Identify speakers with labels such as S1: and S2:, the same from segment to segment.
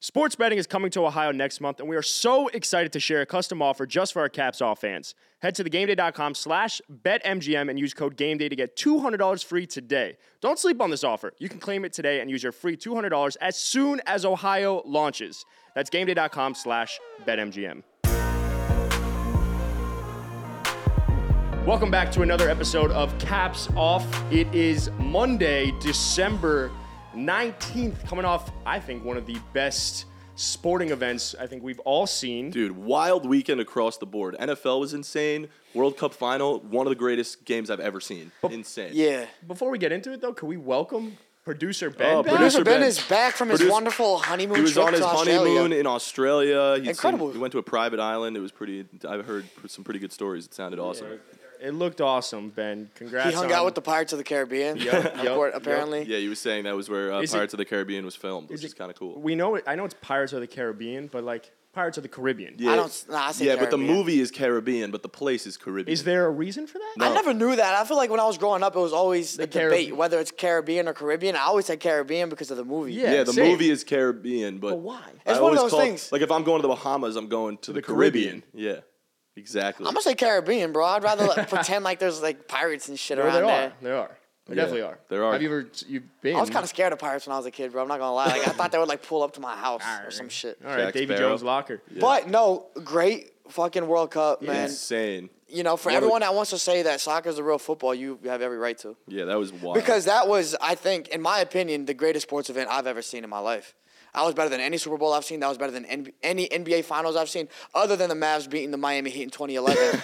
S1: Sports betting is coming to Ohio next month, and we are so excited to share a custom offer just for our Caps Off fans. Head to thegameday.com slash betmgm and use code GAMEDAY to get $200 free today. Don't sleep on this offer. You can claim it today and use your free $200 as soon as Ohio launches. That's gameday.com slash betmgm. Welcome back to another episode of Caps Off. It is Monday, December 19th, coming off, I think, one of the best sporting events I think we've all seen.
S2: Dude, wild weekend across the board. NFL was insane. World Cup final, one of the greatest games I've ever seen. Insane.
S3: Oh, Yeah.
S1: Before we get into it, though, could we welcome producer Ben?
S2: Oh,
S1: back?
S2: producer-
S3: Producer Ben
S2: Ben.
S3: is back from his
S2: Produce-
S3: wonderful honeymoon
S2: He was
S3: trip
S2: on his
S3: to
S2: honeymoon
S3: Australia.
S2: in Australia. He'd
S3: Incredible.
S2: Seen, he went to a private island. It was pretty. I've heard pr- some pretty good stories. It sounded awesome.
S1: it looked awesome, Ben. Congrats.
S3: He hung
S1: on-
S3: out with the Pirates of the Caribbean.
S1: Yup, yup,
S3: Appar-
S1: yup.
S3: apparently.
S2: Yeah, you were saying that was where uh,
S1: Is it-
S2: Pirates of the Caribbean was filmed, which
S1: it-
S2: is, kind of cool.
S1: We know it. I know it's Pirates of the Caribbean, but like Pirates of the Caribbean.
S2: Yeah.
S3: don't- nah, I say
S2: yeah, but the
S3: Caribbean.
S2: movie is Caribbean, but the place is Caribbean.
S1: Is there a reason for that?
S2: No.
S3: I never knew that. I feel like when I was growing up, it was always a
S1: Caribbean.
S3: debate whether it's Caribbean or Caribbean. I always said Caribbean because of the movie.
S1: Yeah.
S2: Yeah, the
S1: same.
S2: movie is Caribbean, but,
S1: But why?
S2: I
S3: It's one of
S2: always
S3: those
S2: call-
S3: things.
S2: Like if I'm going to the Bahamas, I'm going to, the, Caribbean. Yeah, exactly.
S3: I'm gonna say Caribbean, bro. I'd rather like, pretend like there's like pirates and shit
S1: There,
S3: around
S1: there
S3: there.
S1: are. There are. There
S2: Yeah,
S1: definitely are.
S2: there are.
S1: Have you ever? You've been.
S3: I was kind of scared of pirates when I was a kid, bro. I'm not gonna lie. Like I thought they would like pull up to my house or some shit.
S1: All right,
S2: Jack
S1: Davy
S2: Sparrow.
S1: Jones' locker.
S3: But no, great fucking World Cup, man.
S2: Insane.
S3: You know, for
S2: What a-
S3: everyone that wants to say that soccer's the real football, you have every right to.
S2: Yeah, that was wild.
S3: Because that was, I think, in my opinion, the greatest sports event I've ever seen in my life. I was better than any Super Bowl I've seen. That was better than N- any NBA Finals I've seen, other than the Mavs beating the Miami Heat in 2011.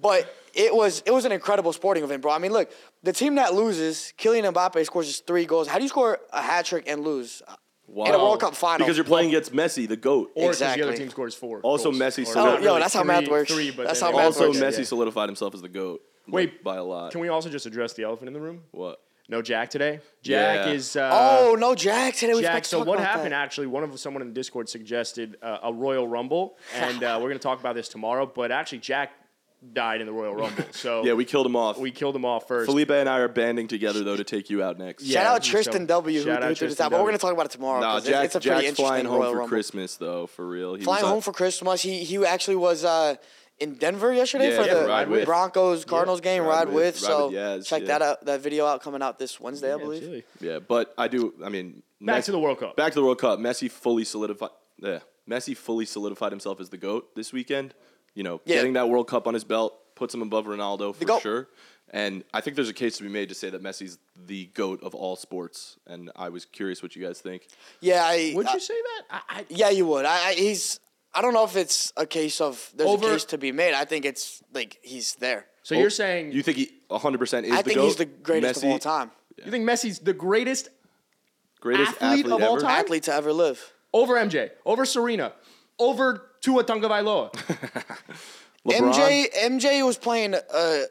S3: but it was it was an incredible sporting event, bro. I mean, look, the team that loses, Kylian Mbappe scores just three goals. How do you score a hat trick and lose
S1: Uh,
S3: in a
S2: Wow.
S3: World Cup final?
S2: because you're playing against Messi, the goat.
S1: Or 'cause the other
S3: Exactly.
S1: team scores four.
S2: Also
S1: goals.
S2: Messi
S1: Or
S2: scored-
S1: not
S2: Oh,
S3: yo, that's how
S1: three-
S3: math works.
S1: Three, but
S3: That's
S1: then they-
S3: how math
S2: also,
S3: works.
S2: Messi
S1: Yeah.
S2: solidified himself as the goat. like,
S1: Wait,
S2: by a lot.
S1: Can we also just address the elephant in the room?
S2: what?
S1: No Jack today. Jack
S2: Yeah.
S1: is. Uh,
S3: oh no, Jack! Today we
S1: Jack,
S3: forgot to
S1: so
S3: talk
S1: what
S3: about
S1: happened
S3: That.
S1: actually? One of someone in the Discord suggested uh, a Royal Rumble, and uh, we're going to talk about this tomorrow. But actually, Jack died in the Royal Rumble, so
S2: Yeah, we killed him off.
S1: we killed him off first.
S2: Felipe and I are banding together though to take you out next.
S1: Yeah,
S3: Shout out
S1: so-
S3: Tristan W. Who,
S1: shout
S3: who
S1: out
S3: threw this
S1: Tristan
S3: out, but we're
S1: W.
S3: gonna talk about it tomorrow.
S2: Nah,
S3: 'cause it's-
S2: Jack,
S3: it's a pretty
S2: Jack's
S3: interesting
S2: flying home
S3: Royal
S2: for
S3: Rumble.
S2: Christmas though, for real. He
S3: flying
S2: was
S3: home
S2: on-
S3: for Christmas. He he actually was uh, in Denver yesterday
S2: Yeah,
S3: for
S2: yeah,
S3: the
S2: Ride With.
S3: Broncos Cardinals game.
S2: Ride
S3: Ride,
S2: With,
S3: with,
S2: Ride
S3: so
S2: With Yaz,
S3: check
S2: yeah.
S3: that out. That video out coming out this Wednesday, I
S1: Yeah,
S3: believe.
S1: absolutely.
S2: Yeah, but I do. I mean,
S1: Back to the World Cup.
S2: Back to the World Cup. Messi fully solidified. Yeah, Messi fully solidified himself as the goat this weekend. You know,
S3: Yeah.
S2: getting that World Cup on his belt puts him above Ronaldo for
S3: GOAT.
S2: sure. And I think there's a case to be made to say that Messi's the goat of all sports. And I was curious what you guys think.
S3: Yeah, I,
S1: Would
S3: I-
S1: you say that? I, I,
S3: yeah, you would. I, I he's. I don't know if it's a case of there's
S1: Over-
S3: a case to be made. I think it's like he's there.
S1: so
S2: Oh,
S1: you're saying
S2: you think he 100 percent is
S3: I
S2: the
S3: think
S2: goat?
S3: he's the greatest
S2: Messi,
S3: of all time,
S1: you think Messi's the greatest
S2: greatest
S1: athlete
S2: athlete,
S1: of all
S2: ever?
S1: time?
S3: athlete to ever live.
S1: over MJ, over Serena, over Tua Tagovailoa?
S2: LeBron?
S3: MJ MJ was playing. Uh,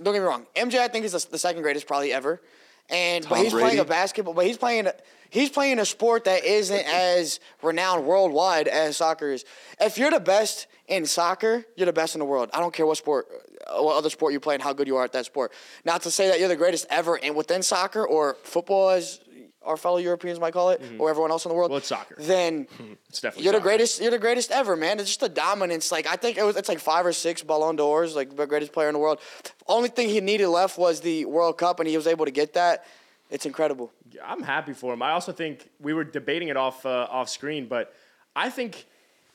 S3: don't get me wrong. MJ I think is the, the second greatest probably ever, and but
S2: Tom
S3: he's
S2: Brady?
S3: playing a basketball. But he's playing he's playing a sport that isn't as renowned worldwide as soccer is. If you're the best in soccer, you're the best in the world. I don't care what sport, uh, what other sport you play, and how good you are at that sport. Not to say that you're the greatest ever and within soccer or football as our fellow Europeans might call it, or everyone else in the world.
S1: Mm-hmm. Well, it's soccer.
S3: Then
S1: It's definitely
S3: you're the
S1: soccer.
S3: greatest. You're the greatest ever, man. It's just the dominance. Like I think it was. It's like five or six Ballon d'Ors, like the greatest player in the world. Only thing he needed left was the World Cup, and he was able to get that. It's incredible.
S1: I'm happy for him. I also think we were debating it off uh, off screen, but I think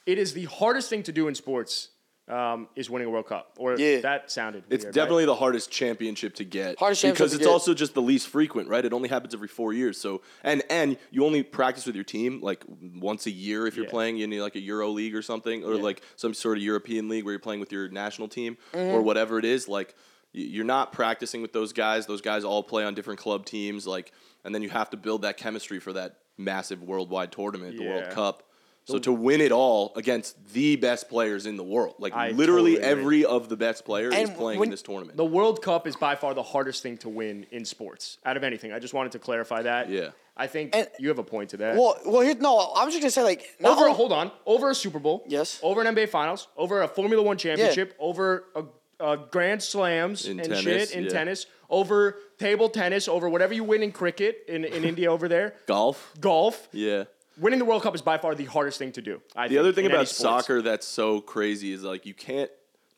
S1: it is the hardest thing to do in sports um, is winning a World Cup. Or
S3: Yeah.
S1: that sounded.
S2: It's
S1: weird, right?
S2: definitely the hardest championship to get.
S3: Hardest championship
S2: because
S3: to
S2: it's
S3: get.
S2: also just the least frequent, right? It only happens every four years. So and and you only practice with your team like once a year if you're
S1: Yeah.
S2: playing in like a Euro league or something, or like some sort of European league where you're playing with your national team
S3: Mm-hmm.
S2: or whatever it is. Like y- you're not practicing with those guys. Those guys all play on different club teams. Like and then you have to build that chemistry for that massive worldwide tournament, the
S1: Yeah.
S2: World Cup. So to win it all against the best players in the world, like
S1: I
S2: literally
S1: totally agree.
S2: every of the best players is
S3: And
S2: playing
S3: when-
S2: in this tournament.
S1: The World Cup is by far the hardest thing to win in sports out of anything. I just wanted to clarify that.
S2: Yeah.
S1: I think
S3: And-
S1: you have a point to that.
S3: Well, well, here, no, I'm just gonna say like not
S1: over
S3: only-
S1: hold on, over a Super Bowl,
S3: Yes.
S1: over an NBA Finals, over a Formula One championship, over a, a Grand Slams
S2: In
S1: and
S2: tennis,
S1: shit in
S2: yeah.
S1: tennis, over table tennis, over whatever you win in cricket in, in India over there,
S2: Golf?
S1: golf.
S2: Yeah.
S1: Winning the World Cup is by far the hardest thing to do. I
S2: The
S1: think,
S2: other thing
S1: in any
S2: about
S1: sports.
S2: soccer that's so crazy is like you can't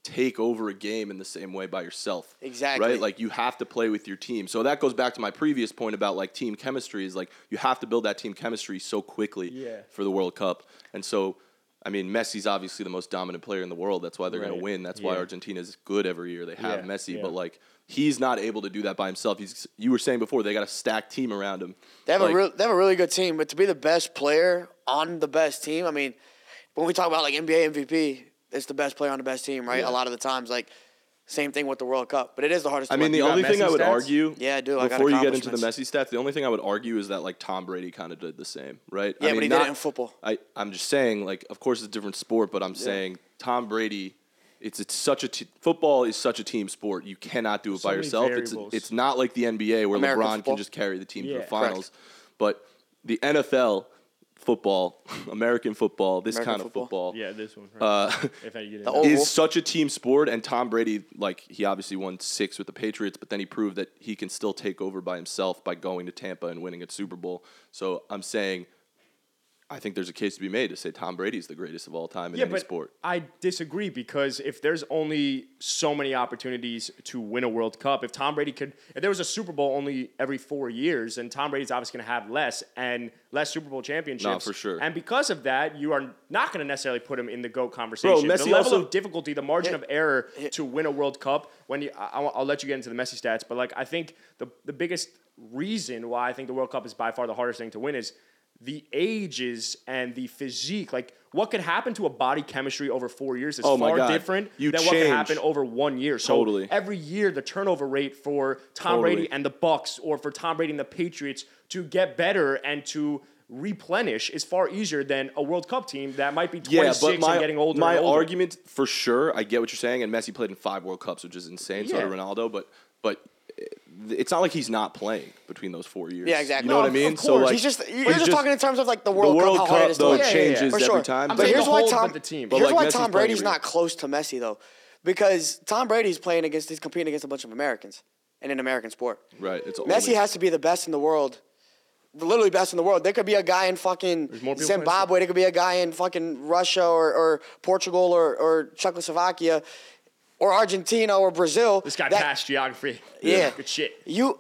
S2: take over a game in the same way by yourself.
S3: Exactly.
S2: Right? Like you have to play with your team. So that goes back to my previous point about like team chemistry is like you have to build that team chemistry so quickly
S1: Yeah.
S2: for the World Cup. And so I mean Messi's obviously the most dominant player in the world. That's why they're going
S1: Right.
S2: to win. That's
S1: Yeah.
S2: why Argentina's good every year. They have
S1: Yeah,
S2: Messi,
S1: yeah.
S2: but like he's not able to do that by himself. He's you were saying before they got a stacked team around him.
S3: They have
S2: Like,
S3: a real, they have a really good team, but to be the best player on the best team, I mean, when we talk about like NBA MVP, it's the best player on the best team, right?
S2: Yeah.
S3: A lot of the times, like same thing with the World Cup, but it is the hardest.
S2: I
S3: to
S2: mean,
S3: win.
S2: the
S1: got
S2: only thing
S1: Messi
S2: I would
S1: stats?
S2: argue,
S3: Yeah, I do. I got
S2: before you get into the
S3: accomplishments.
S2: Messi stats, the only thing I would argue is that like Tom Brady kind of did the same, right?
S3: Yeah,
S2: I
S3: but he did it in football.
S2: I, I'm just saying, like, of course it's a different sport, but I'm saying Tom Brady, it's it's such a t- football is such a team sport. You cannot do it by
S1: many
S2: yourself. It's
S1: variables.
S2: it's not like the NBA where
S3: American
S2: LeBron
S3: football.
S2: can just carry the team to
S1: Yeah.
S2: the finals, but the NFL football, American football, this
S3: American
S2: kind
S3: football.
S2: of football,
S1: Yeah, this one. Right?
S2: uh,
S1: if I get it.
S3: the old- Oval.
S2: is such a team sport. And Tom Brady, like he obviously won six with the Patriots, but then he proved that he can still take over by himself by going to Tampa and winning a Super Bowl. So I'm saying, I think there's a case to be made to say Tom Brady is the greatest of all time in
S1: yeah,
S2: any
S1: but
S2: sport.
S1: I disagree because if there's only so many opportunities to win a World Cup, if Tom Brady could, if there was a Super Bowl only every four years, then Tom Brady's obviously going to have less and less Super Bowl championships.
S2: for sure.
S1: And because of that, you are not going to necessarily put him in the GOAT conversation.
S2: Messi
S1: the level
S2: also-
S1: of difficulty, the margin of error to win a World Cup. When you, I, I'll I'll let you get into the Messi stats, but like I think the the biggest reason why I think the World Cup is by far the hardest thing to win is the ages and the physique. Like what could happen to a body chemistry over four years is
S2: Oh my
S1: far
S2: God.
S1: different
S2: You
S1: than what could
S2: change.
S1: happen over one year. So
S2: Totally.
S1: every year the turnover rate for Tom
S2: Totally.
S1: Brady and the Bucks or for Tom Brady and the Patriots to get better and to replenish is far easier than a World Cup team that might be 26 and getting older.
S2: My
S1: and older.
S2: argument for sure, I get what you're saying, and Messi played in five World Cups, which is insane. So
S1: Yeah.
S2: did Ronaldo, but but eh, it's not like he's not playing between those four years.
S3: Yeah, exactly.
S2: You know
S3: No,
S2: what I
S1: of
S2: mean?
S1: course.
S3: he's just you're
S2: he's
S3: just, talking in terms of like the World,
S2: the World Cup,
S3: Cup, how hard it is
S2: though
S3: to win.
S1: changes
S3: For sure.
S2: every time,
S3: I'm
S2: but
S3: saying
S2: the
S3: here's why
S1: whole-
S3: Tom.
S1: but the team. But,
S3: Here's
S2: like,
S3: why
S2: Messi's
S3: Tom
S2: playing
S3: Brady's
S2: every-
S3: not close to Messi though, because Tom Brady's playing against he's competing against a bunch of Americans in an American sport.
S2: Right. It's
S3: Messi
S2: only-
S3: has to be the best in the world. The literally best in the world. There could be a guy in
S1: more
S3: fucking
S1: people playing
S3: Zimbabwe. There could be a guy in fucking Russia or, or Portugal or, or Czechoslovakia or Argentina or Brazil.
S1: This guy
S3: that-
S1: passed geography.
S3: Yeah.
S1: Good shit.
S3: You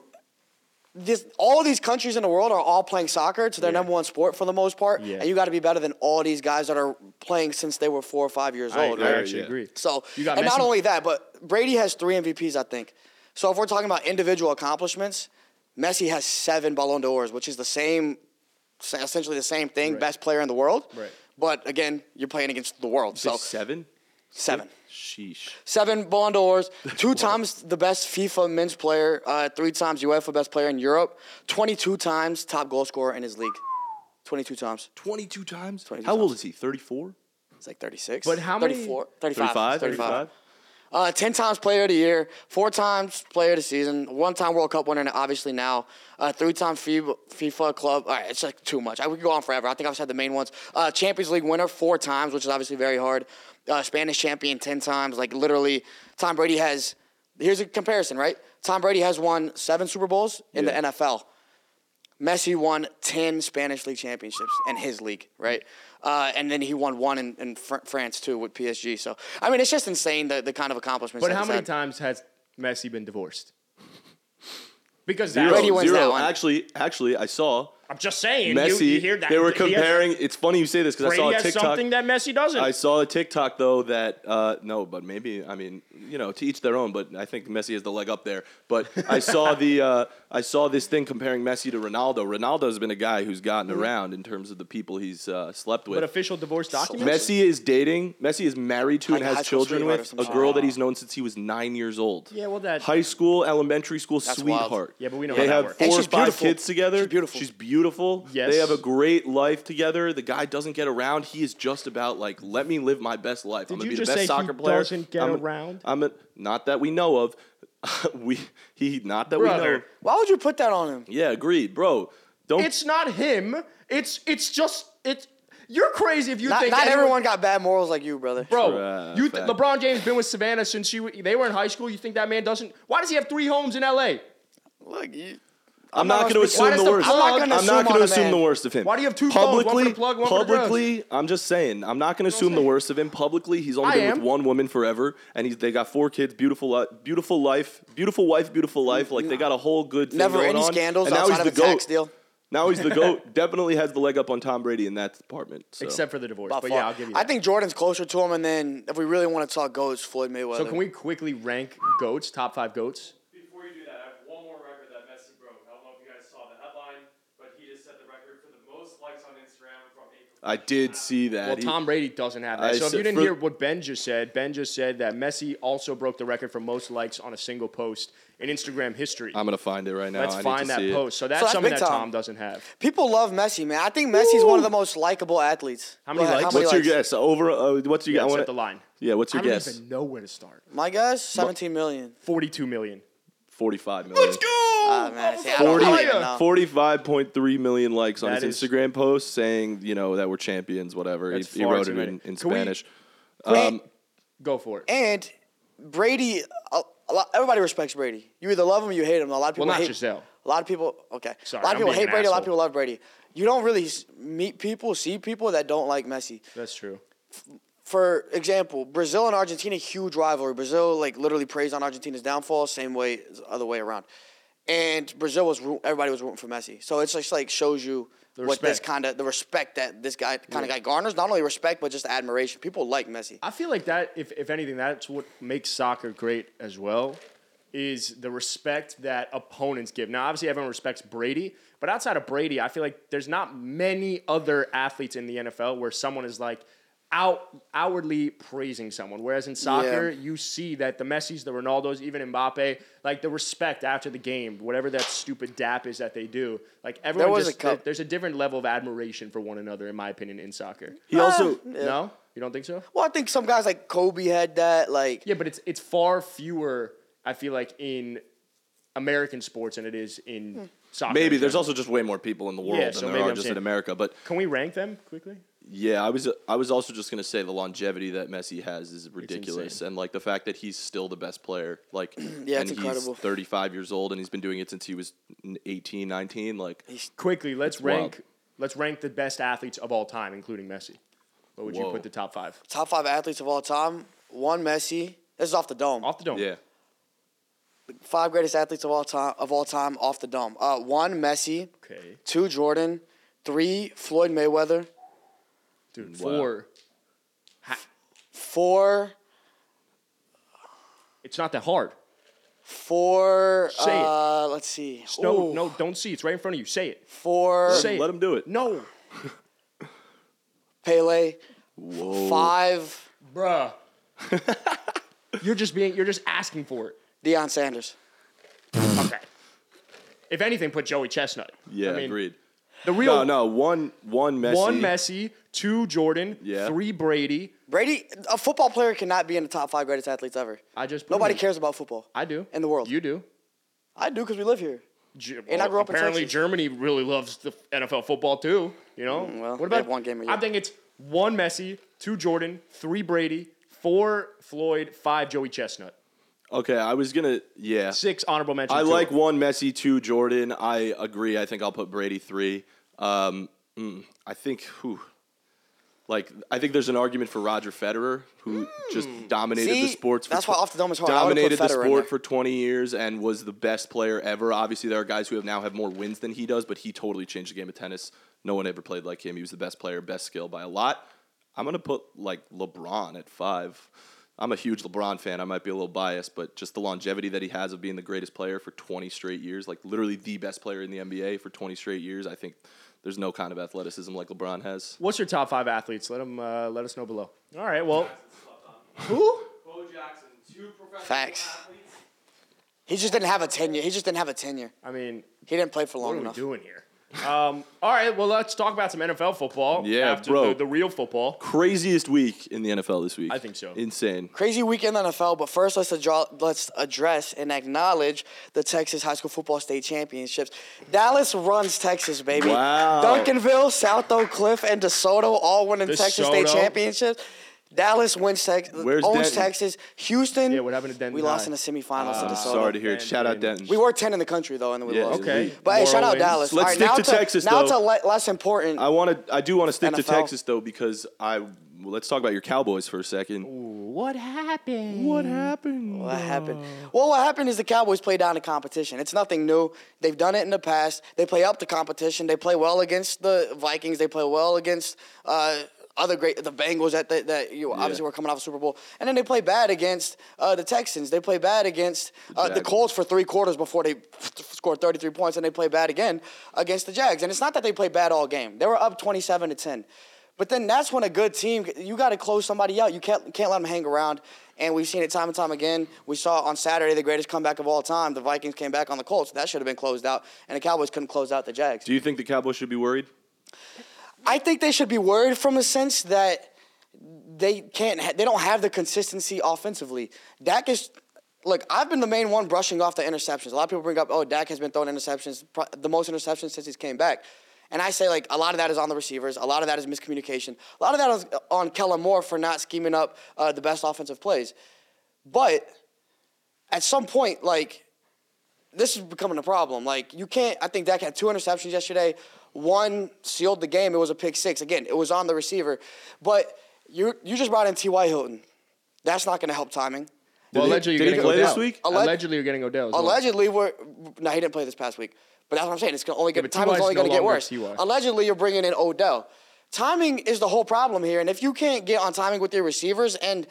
S3: this all these countries in the world are all playing soccer. It's their number one sport for the most part.
S1: Yeah.
S3: And you gotta be better than all these guys that are playing since they were four or five years
S1: I,
S3: old,
S1: I
S3: right?
S1: actually
S2: yeah.
S1: agree.
S3: So,
S1: You got
S3: and not
S1: Messi-
S3: only that, but Brady has three MVPs, I think. So if we're talking about individual accomplishments, Messi has seven Ballon d'Ors, which is the same, sa- essentially the same thing, best player in the world.
S1: Right.
S3: But again, you're playing against the world, so
S2: seven.
S3: seven.
S2: Sheesh.
S3: Seven Ballon d'Ors, two times the best FIFA men's player, uh, three times UEFA best player in Europe, 22 times top goal scorer in his league. 22 times.
S2: 22 times?
S3: 22
S2: How
S3: times.
S2: old is he? 34?
S3: It's like 36.
S1: But how many-
S3: 34, 35.
S2: 35?
S3: 35.
S2: 35?
S3: Uh, 10 times player of the year, four times player of the season, one time World Cup winner, and obviously now, uh, three time FIBA, FIFA club. All right, it's like too much. I, we could go on forever. I think I've said the main ones. Uh, Champions League winner, four times, which is obviously very hard. Uh, Spanish champion, 10 times. Like literally, Tom Brady has, here's a comparison, right? Tom Brady has won seven Super Bowls in
S2: Yeah.
S3: the NFL. Messi won 10 Spanish league championships in his league, right? Uh, and then he won one in, in Fr- France too with PSG. So, I mean, it's just insane the, the kind of accomplishments.
S1: But
S3: that
S1: how
S3: he's
S1: many
S3: had.
S1: times has Messi been divorced? Because
S2: Zero.
S1: that's,
S3: Brady wins
S2: Zero.
S3: that one.
S2: Actually, actually, I saw
S1: I'm just saying.
S2: Messi.
S1: you, you hear that
S2: They were
S1: he has-
S2: comparing. it's funny you say this because I
S1: Brady
S2: saw a
S1: has
S2: TikTok.
S1: something that Messi doesn't.
S2: I saw a TikTok though that uh, no, but maybe I mean you know to each their own. But I think Messi has the leg up there. But I saw the uh, I saw this thing comparing Messi to Ronaldo. Ronaldo's been a guy who's gotten around in terms of the people he's uh, slept with.
S1: Mm-hmm. but official divorce documents.
S2: Messi is dating. Messi is married to and
S3: Like high
S2: has
S3: school
S2: children
S3: sweetheart or
S2: with
S3: some
S2: a
S3: shit.
S2: girl that he's known since he was nine years old.
S1: Yeah, well, that-
S2: high school, elementary school
S3: wild.
S2: sweetheart.
S1: Yeah, but we know
S2: they
S1: how that
S2: have
S1: works.
S2: four
S3: And
S2: or
S3: she's
S2: five
S3: beautiful.
S2: kids together.
S3: She's beautiful.
S2: She's beautiful.
S1: Yes.
S2: they have a great life together. The guy doesn't get around. He is just about like, let me live my best life. I'm
S1: you
S2: gonna be
S1: just
S2: the best
S1: say he
S2: soccer player.
S1: doesn't get
S2: I'm a-
S1: around?
S2: I'm a, not that we know of. we he not that we
S1: Brother.
S2: know. of.
S3: Why would you put that on him?
S2: Yeah, agreed, bro. Don't
S1: It's not him. It's it's just it's. You're crazy if you
S3: Not,
S1: think
S3: not
S1: anyone-
S3: everyone got bad morals like you, brother.
S1: Bro,
S2: Uh,
S1: you th-
S2: fact.
S1: LeBron James been with Savannah since she w- they were in high school. You think that man doesn't? Why does he have three homes in L.A.?
S3: Look, you,
S2: I'm, not,
S1: gonna
S2: going to
S1: speak- why
S2: assume
S1: does
S2: the
S1: the
S2: worst.
S1: plug-
S2: I'm not
S3: on
S2: going to
S3: a
S2: assume
S3: man?
S2: the worst of him.
S1: Why do you have two phones? One
S2: publicly?
S1: for the plug, one for the drugs.
S2: publicly, I'm just saying. I'm not going to assume the
S1: saying.
S2: worst of him publicly. He's only
S1: I
S2: been
S1: am.
S2: with one woman forever, and he's they got four kids, beautiful, li- beautiful life, beautiful wife, beautiful life. Like they got a whole good thing
S3: Never
S2: going
S3: any
S2: on.
S3: scandals
S2: and now
S3: outside
S2: he's
S3: of
S2: the
S3: a tax
S2: goat.
S3: deal.
S2: Now he's the goat. Definitely has the leg up on Tom Brady in that department. so.
S1: Except for the divorce.
S3: by
S1: But
S3: far.
S1: yeah, I'll give you that.
S3: I think Jordan's closer to him, and then if we really want to talk goats, Floyd Mayweather.
S1: so can we quickly rank goats, top five goats?
S4: Before you do that, I have one more record that Messi broke. I don't know if you guys saw the headline, but he just set the record for the most likes on Instagram from April.
S2: I did see that.
S1: Well,
S2: He-
S1: Tom Brady doesn't have that.
S2: I
S1: so if
S2: said-
S1: you didn't
S2: for-
S1: hear what Ben just said, Ben just said that Messi also broke the record for most likes on a single post in Instagram history.
S2: I'm gonna find it right now.
S1: Let's
S2: I need to
S1: find that
S2: see it.
S1: post. So that's,
S3: that's
S1: something
S3: big
S1: that
S3: time.
S1: Tom doesn't have.
S3: People love Messi, man. I think Messi's one of the most likable athletes.
S1: How many
S3: Go ahead,
S1: likes?
S2: What's your
S3: likes?
S2: guess? Over? Uh, what's your?
S1: Yeah,
S2: I
S1: set
S2: wanna-
S1: the line.
S2: Yeah. What's your
S1: I don't
S2: guess?
S1: even know where to start.
S3: My guess, 17 million.
S1: 42 million.
S2: Forty-five million.
S1: go!
S3: Ah, man, see, I don't
S2: 40,
S3: know. I don't even know.
S2: 45.3 million likes on
S1: That
S2: his
S1: is-
S2: Instagram post saying, you know, that we're champions, whatever. He,
S1: That's
S2: he
S1: far
S2: wrote
S1: too
S2: it
S1: many.
S2: in, in
S1: Can we-
S2: Spanish.
S3: And-
S2: Um,
S1: Go for it.
S3: and Brady, a, a lot, everybody respects Brady. You either love him or you hate him. A lot of people
S1: Well, not
S3: hate
S1: Giselle.
S3: A lot of people, okay.
S1: Sorry,
S3: a lot of
S1: I'm
S3: people
S1: being
S3: hate
S1: an
S3: Brady. A lot of
S1: asshole.
S3: people love Brady. You don't really s- meet people, see people that don't like Messi.
S1: That's true.
S3: for example, Brazil and Argentina, huge rivalry. Brazil like literally praised on Argentina's downfall, same way as the other way around. And Brazil was root- everybody was rooting for Messi, so it's just like shows you what this
S1: respect.
S3: kind of the respect that this guy kind of guy garners. Not only respect, but just admiration. People like Messi.
S1: I feel like that, if, if anything, that's what makes soccer great as well, is the respect that opponents give. Now, obviously, everyone respects Brady, but outside of Brady, I feel like there's not many other athletes in the NFL where someone is like out outwardly praising someone. Whereas in soccer, you see that the Messis, the Ronaldos, even Mbappe, like the respect after the game, whatever that stupid dap is that they do, like everyone
S3: was a
S1: just
S3: cup-
S1: there's a different level of admiration for one another, in my opinion, in soccer.
S2: he
S3: Ah.
S2: also,
S1: No, you don't think so?
S3: Well, I think some guys like Kobe had that. Like
S1: Yeah, but it's it's far fewer. I feel like in American sports than it is in soccer.
S2: maybe
S1: in
S2: there's
S1: general.
S2: also just way more people in the world
S1: Yeah,
S2: than
S1: so
S2: there
S1: maybe
S2: are
S1: I'm
S2: just
S1: saying-
S2: in America. But
S1: Can we rank them quickly?
S2: yeah, I was I was also just gonna say the longevity that Messi has is ridiculous,
S1: insane.
S2: and like the fact that he's still the best player. Like,
S3: Yeah, it's
S2: and
S3: incredible.
S2: He's 35 years old, and he's been doing it since he was 18, 19. Like,
S1: Quickly, let's rank.
S2: wild.
S1: Let's rank the best athletes of all time, including Messi. What would you
S2: Whoa.
S1: put the top five?
S3: top five athletes of all time, one Messi. This is off the dome.
S1: Off the dome.
S2: yeah,
S3: Five greatest athletes of all time of all time off the dome. Uh, one Messi,
S1: Okay,
S3: two Jordan, three Floyd Mayweather.
S1: dude.
S2: Wow.
S1: Four.
S3: four,
S1: It's not that hard.
S3: four.
S1: Say it.
S3: uh, Let's see.
S1: It's No,
S3: Ooh,
S1: no, don't see. It's right in front of you. Say it.
S3: Four.
S1: Say
S2: let
S1: it.
S2: him do it.
S1: No,
S3: Pele.
S2: Whoa.
S3: Five.
S1: bruh. you're just being. You're just asking for it.
S3: Deion Sanders.
S1: Okay. If anything, put Joey Chestnut.
S2: Yeah,
S1: I mean,
S2: agreed.
S1: The real
S2: No, no, one, one Messi.
S1: One Messi, two Jordan,
S2: Yeah.
S1: three Brady.
S3: Brady. A football player cannot be in the top five greatest athletes ever.
S1: I just put
S3: Nobody
S1: him in.
S3: cares about football.
S1: I do
S3: In the world.
S1: You do.
S3: I do because we live here.
S1: Ge-
S3: And I
S1: well,
S3: grew up in
S1: apparently
S3: Texas.
S1: Germany really loves the NFL football too. You know.
S3: Mm, well, they have one game a year.
S1: I think it's one Messi, two Jordan, three Brady, four Floyd, five Joey Chestnut,
S2: Okay, I was gonna. Yeah,
S1: six honorable mentions.
S2: I
S1: Tua.
S2: like one Messi, two Jordan. I agree. I think I'll put Brady three. Um, mm, I think who, like, I think there's an argument for Roger Federer, who just dominated the
S3: Hmm. See?
S2: sports.
S3: That's
S2: for
S3: why off the dome is hard. I would've
S2: Dominated
S3: put
S2: the
S3: Federer in
S2: sport
S3: there.
S2: for 20 years and was the best player ever. Obviously, there are guys who have now have more wins than he does, but he totally changed the game of tennis. No one ever played like him. He was the best player, best skill by a lot. I'm gonna put like LeBron at five. I'm a huge LeBron fan. I might be a little biased, but just the longevity that he has of being the greatest player for 20 straight years, like literally the best player in the NBA for 20 straight years. I think there's no kind of athleticism like LeBron has.
S1: What's your top five athletes? Let them uh, let us know below. All right. Well, who?
S4: Bo Jackson, two professional
S3: Facts.
S4: athletes.
S3: He just didn't have a tenure. He just didn't have a tenure.
S1: I mean,
S3: He didn't play for
S1: what
S3: long
S1: are we
S3: enough.
S1: doing here? Um, all right. Well, let's talk about some NFL football.
S2: Yeah,
S1: after
S2: bro.
S1: The, the real football.
S2: Craziest week in the NFL this week.
S1: I think so.
S2: Insane.
S3: Crazy weekend in the NFL, but first let's address, let's address and acknowledge the Texas High School Football State Championships. Dallas runs Texas, baby.
S2: Wow.
S3: Duncanville, South Oak Cliff, and DeSoto all winning Texas State
S1: DeSoto.
S3: Championships. Dallas wins Tex-
S2: Where's
S3: owns
S2: Denton?
S3: Texas. Houston.
S1: Yeah, what happened to Denton
S3: We lost
S1: High? Ah,
S3: in the semifinals to DeSoto.
S2: Uh, Sorry to hear it.
S1: Denton.
S2: Shout out Denton.
S3: We were 10 in the country, though, and then we
S2: Yeah,
S3: lost.
S1: Okay.
S3: But hey, shout
S1: Moral
S3: out
S1: wins.
S2: Let's
S3: Dallas. All right,
S2: stick
S3: now
S2: to Texas,
S3: Now
S2: though.
S3: to le- less important.
S2: I want to. I do want to stick to
S3: NFL.
S2: Texas though because I. well, let's talk about your Cowboys for a second.
S1: What happened? What happened?
S3: What happened? Well, what happened is the Cowboys play down to competition. It's nothing new. They've done it in the past. They play up to competition. They play well against the Vikings. They play well against uh, other great the Bengals that that, that you obviously were coming off a Super Bowl, and then they play bad against uh, the Texans. They play bad against uh, the
S2: Jaguars.
S3: Colts for three quarters before they scored 33 points, and they play bad again against the Jags. And it's not that they play bad all game. They were up 27 to 10. But then that's when a good team, you got to close somebody out. You can't, can't let them hang around. And we've seen it time and time again. We saw on Saturday the greatest comeback of all time. The Vikings came back on the Colts. That should have been closed out. And the Cowboys couldn't close out the Jags.
S2: Do you think the Cowboys should be worried?
S3: I think they should be worried from a sense that they can't ha- they don't have the consistency offensively. Dak is look, I've been the main one brushing off the interceptions. A lot of people bring up, "Oh, Dak has been throwing interceptions, pro- the most interceptions since he's came back." And I say like a lot of that is on the receivers, a lot of that is miscommunication. A lot of that is on Kellen Moore for not scheming up uh, the best offensive plays. But at some point, like this is becoming a problem. Like you can't. I think Dak had two interceptions yesterday. One sealed the game. It was a pick six. Again, it was on the receiver. But you you just brought in T. Y. Hilton. That's not going to help timing.
S1: Well,
S2: Did he-
S1: allegedly,
S2: did
S1: you're
S2: he
S1: getting
S2: play
S1: Odell.
S2: this week?
S3: Alleg-
S1: allegedly, you're getting Odell. as well.
S3: Allegedly, we're no. He didn't play this past week. But that's what I'm saying. It's gonna only get
S1: but
S3: timing's
S1: T.Y. 's
S3: only
S1: no
S3: going to get
S1: longer
S3: worse.
S1: T.Y.
S3: Allegedly, you're bringing in Odell. Timing is the whole problem here. And if you can't get on timing with your receivers and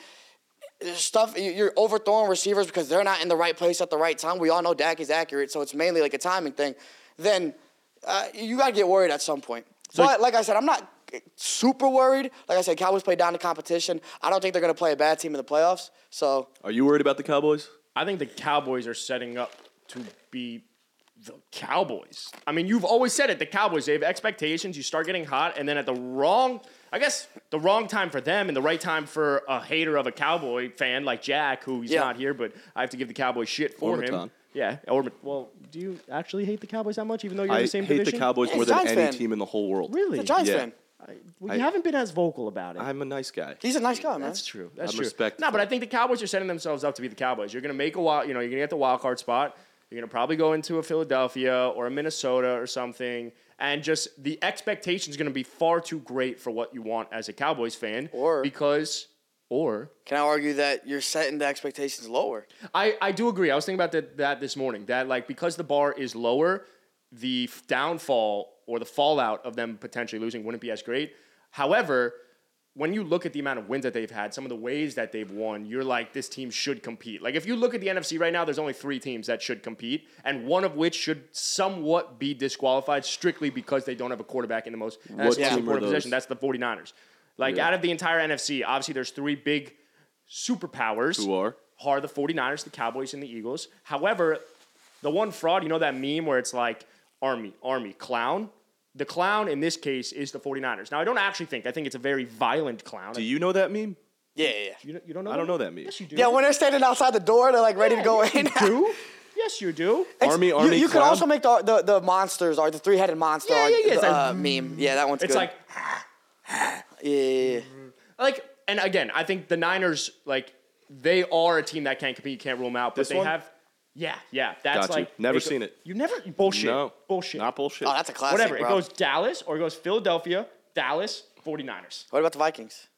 S3: stuff you- you're overthrowing receivers because they're not in the right place at the right time. We all know Dak is accurate, so it's mainly like a timing thing. Then uh, you gotta get worried at some point. but like I said, I'm not super worried. Like I said, Cowboys play down to competition. I don't think they're gonna play a bad team in the playoffs. So
S2: Are you worried about the Cowboys?
S1: I think the Cowboys are setting up to be the Cowboys. I mean, you've always said it. The Cowboys, they have expectations. You start getting hot, and then at the wrong, I guess, the wrong time for them and the right time for a hater of a Cowboy fan like Jack, who he's
S3: Yeah.
S1: not here, but I have to give the Cowboys shit for
S2: Or
S1: him.
S2: Matan.
S1: Yeah. Or, Ma- well, do you actually hate the Cowboys that much, even though you're
S2: I
S1: in the same
S2: hate
S1: division?
S2: the Cowboys
S3: Yeah,
S2: more
S3: he's
S2: than
S3: a Giants
S2: any
S3: fan.
S2: team in the whole world.
S1: Really?
S3: the Giants
S2: Yeah.
S3: fan.
S1: I- well,
S2: I-
S1: you haven't been as vocal about it.
S2: I'm a nice guy.
S3: He's a nice guy, man.
S1: That's true. That's
S2: I'm
S1: true.
S2: respectful.
S1: No, but I think the Cowboys are setting themselves up to be the Cowboys. You're going to make a wild, you know, you're going to get the wild card spot. You're going to probably go into a Philadelphia or a Minnesota or something, and just the expectation is going to be far too great for what you want as a Cowboys fan.
S3: Or-
S1: because, or
S3: Can I argue that you're setting the expectations lower?
S1: I, I do agree. I was thinking about that, that this morning. That like because the bar is lower, the f- downfall or the fallout of them potentially losing wouldn't be as great. However, when you look at the amount of wins that they've had, some of the ways that they've won, you're like this team should compete. Like if you look at the NFC right now, there's only three teams that should compete, and one of which should somewhat be disqualified strictly because they don't have a quarterback in the most and that's
S2: What
S1: the
S2: team are
S1: important
S2: those?
S1: position. That's the 49ers. Like
S2: Yeah.
S1: out of the entire NFC, obviously there's three big superpowers
S2: Who are?
S1: are the 49ers, the Cowboys, and the Eagles. However, the one fraud, you know that meme where it's like Army, Army, clown? The clown in this case is the 49ers. Now, I don't actually think, I think it's a very violent clown.
S2: Do you know that meme?
S3: Yeah, yeah, yeah.
S1: You, don't- you don't know
S2: I don't know that meme.
S1: Yes, you do.
S3: Yeah, when they're standing outside the door, they're like ready to go in.
S1: You do? Yes, you do.
S2: Army,
S3: you,
S2: Army
S3: You could
S2: clown?
S3: also make the, the the monsters or the three headed monster.
S1: Yeah,
S3: or
S1: yeah, yeah, it's
S3: the,
S1: like-
S3: uh, meme. Yeah, that one's
S1: Mm-hmm. It's
S3: good.
S1: like,
S3: yeah, yeah, yeah.
S1: like, and again, I think the Niners, like, they are a team that can't compete, you can't rule them out, but
S2: This
S1: they
S2: one?
S1: have, yeah, yeah, that's
S2: Got you.
S1: like
S2: Never
S1: it go-
S2: seen it.
S1: You never bullshit.
S2: No.
S1: bullshit.
S2: Not bullshit.
S3: Oh, that's a classic.
S1: Whatever.
S3: bro.
S1: It goes Dallas or it goes Philadelphia, Dallas, 49ers.
S3: What about the Vikings?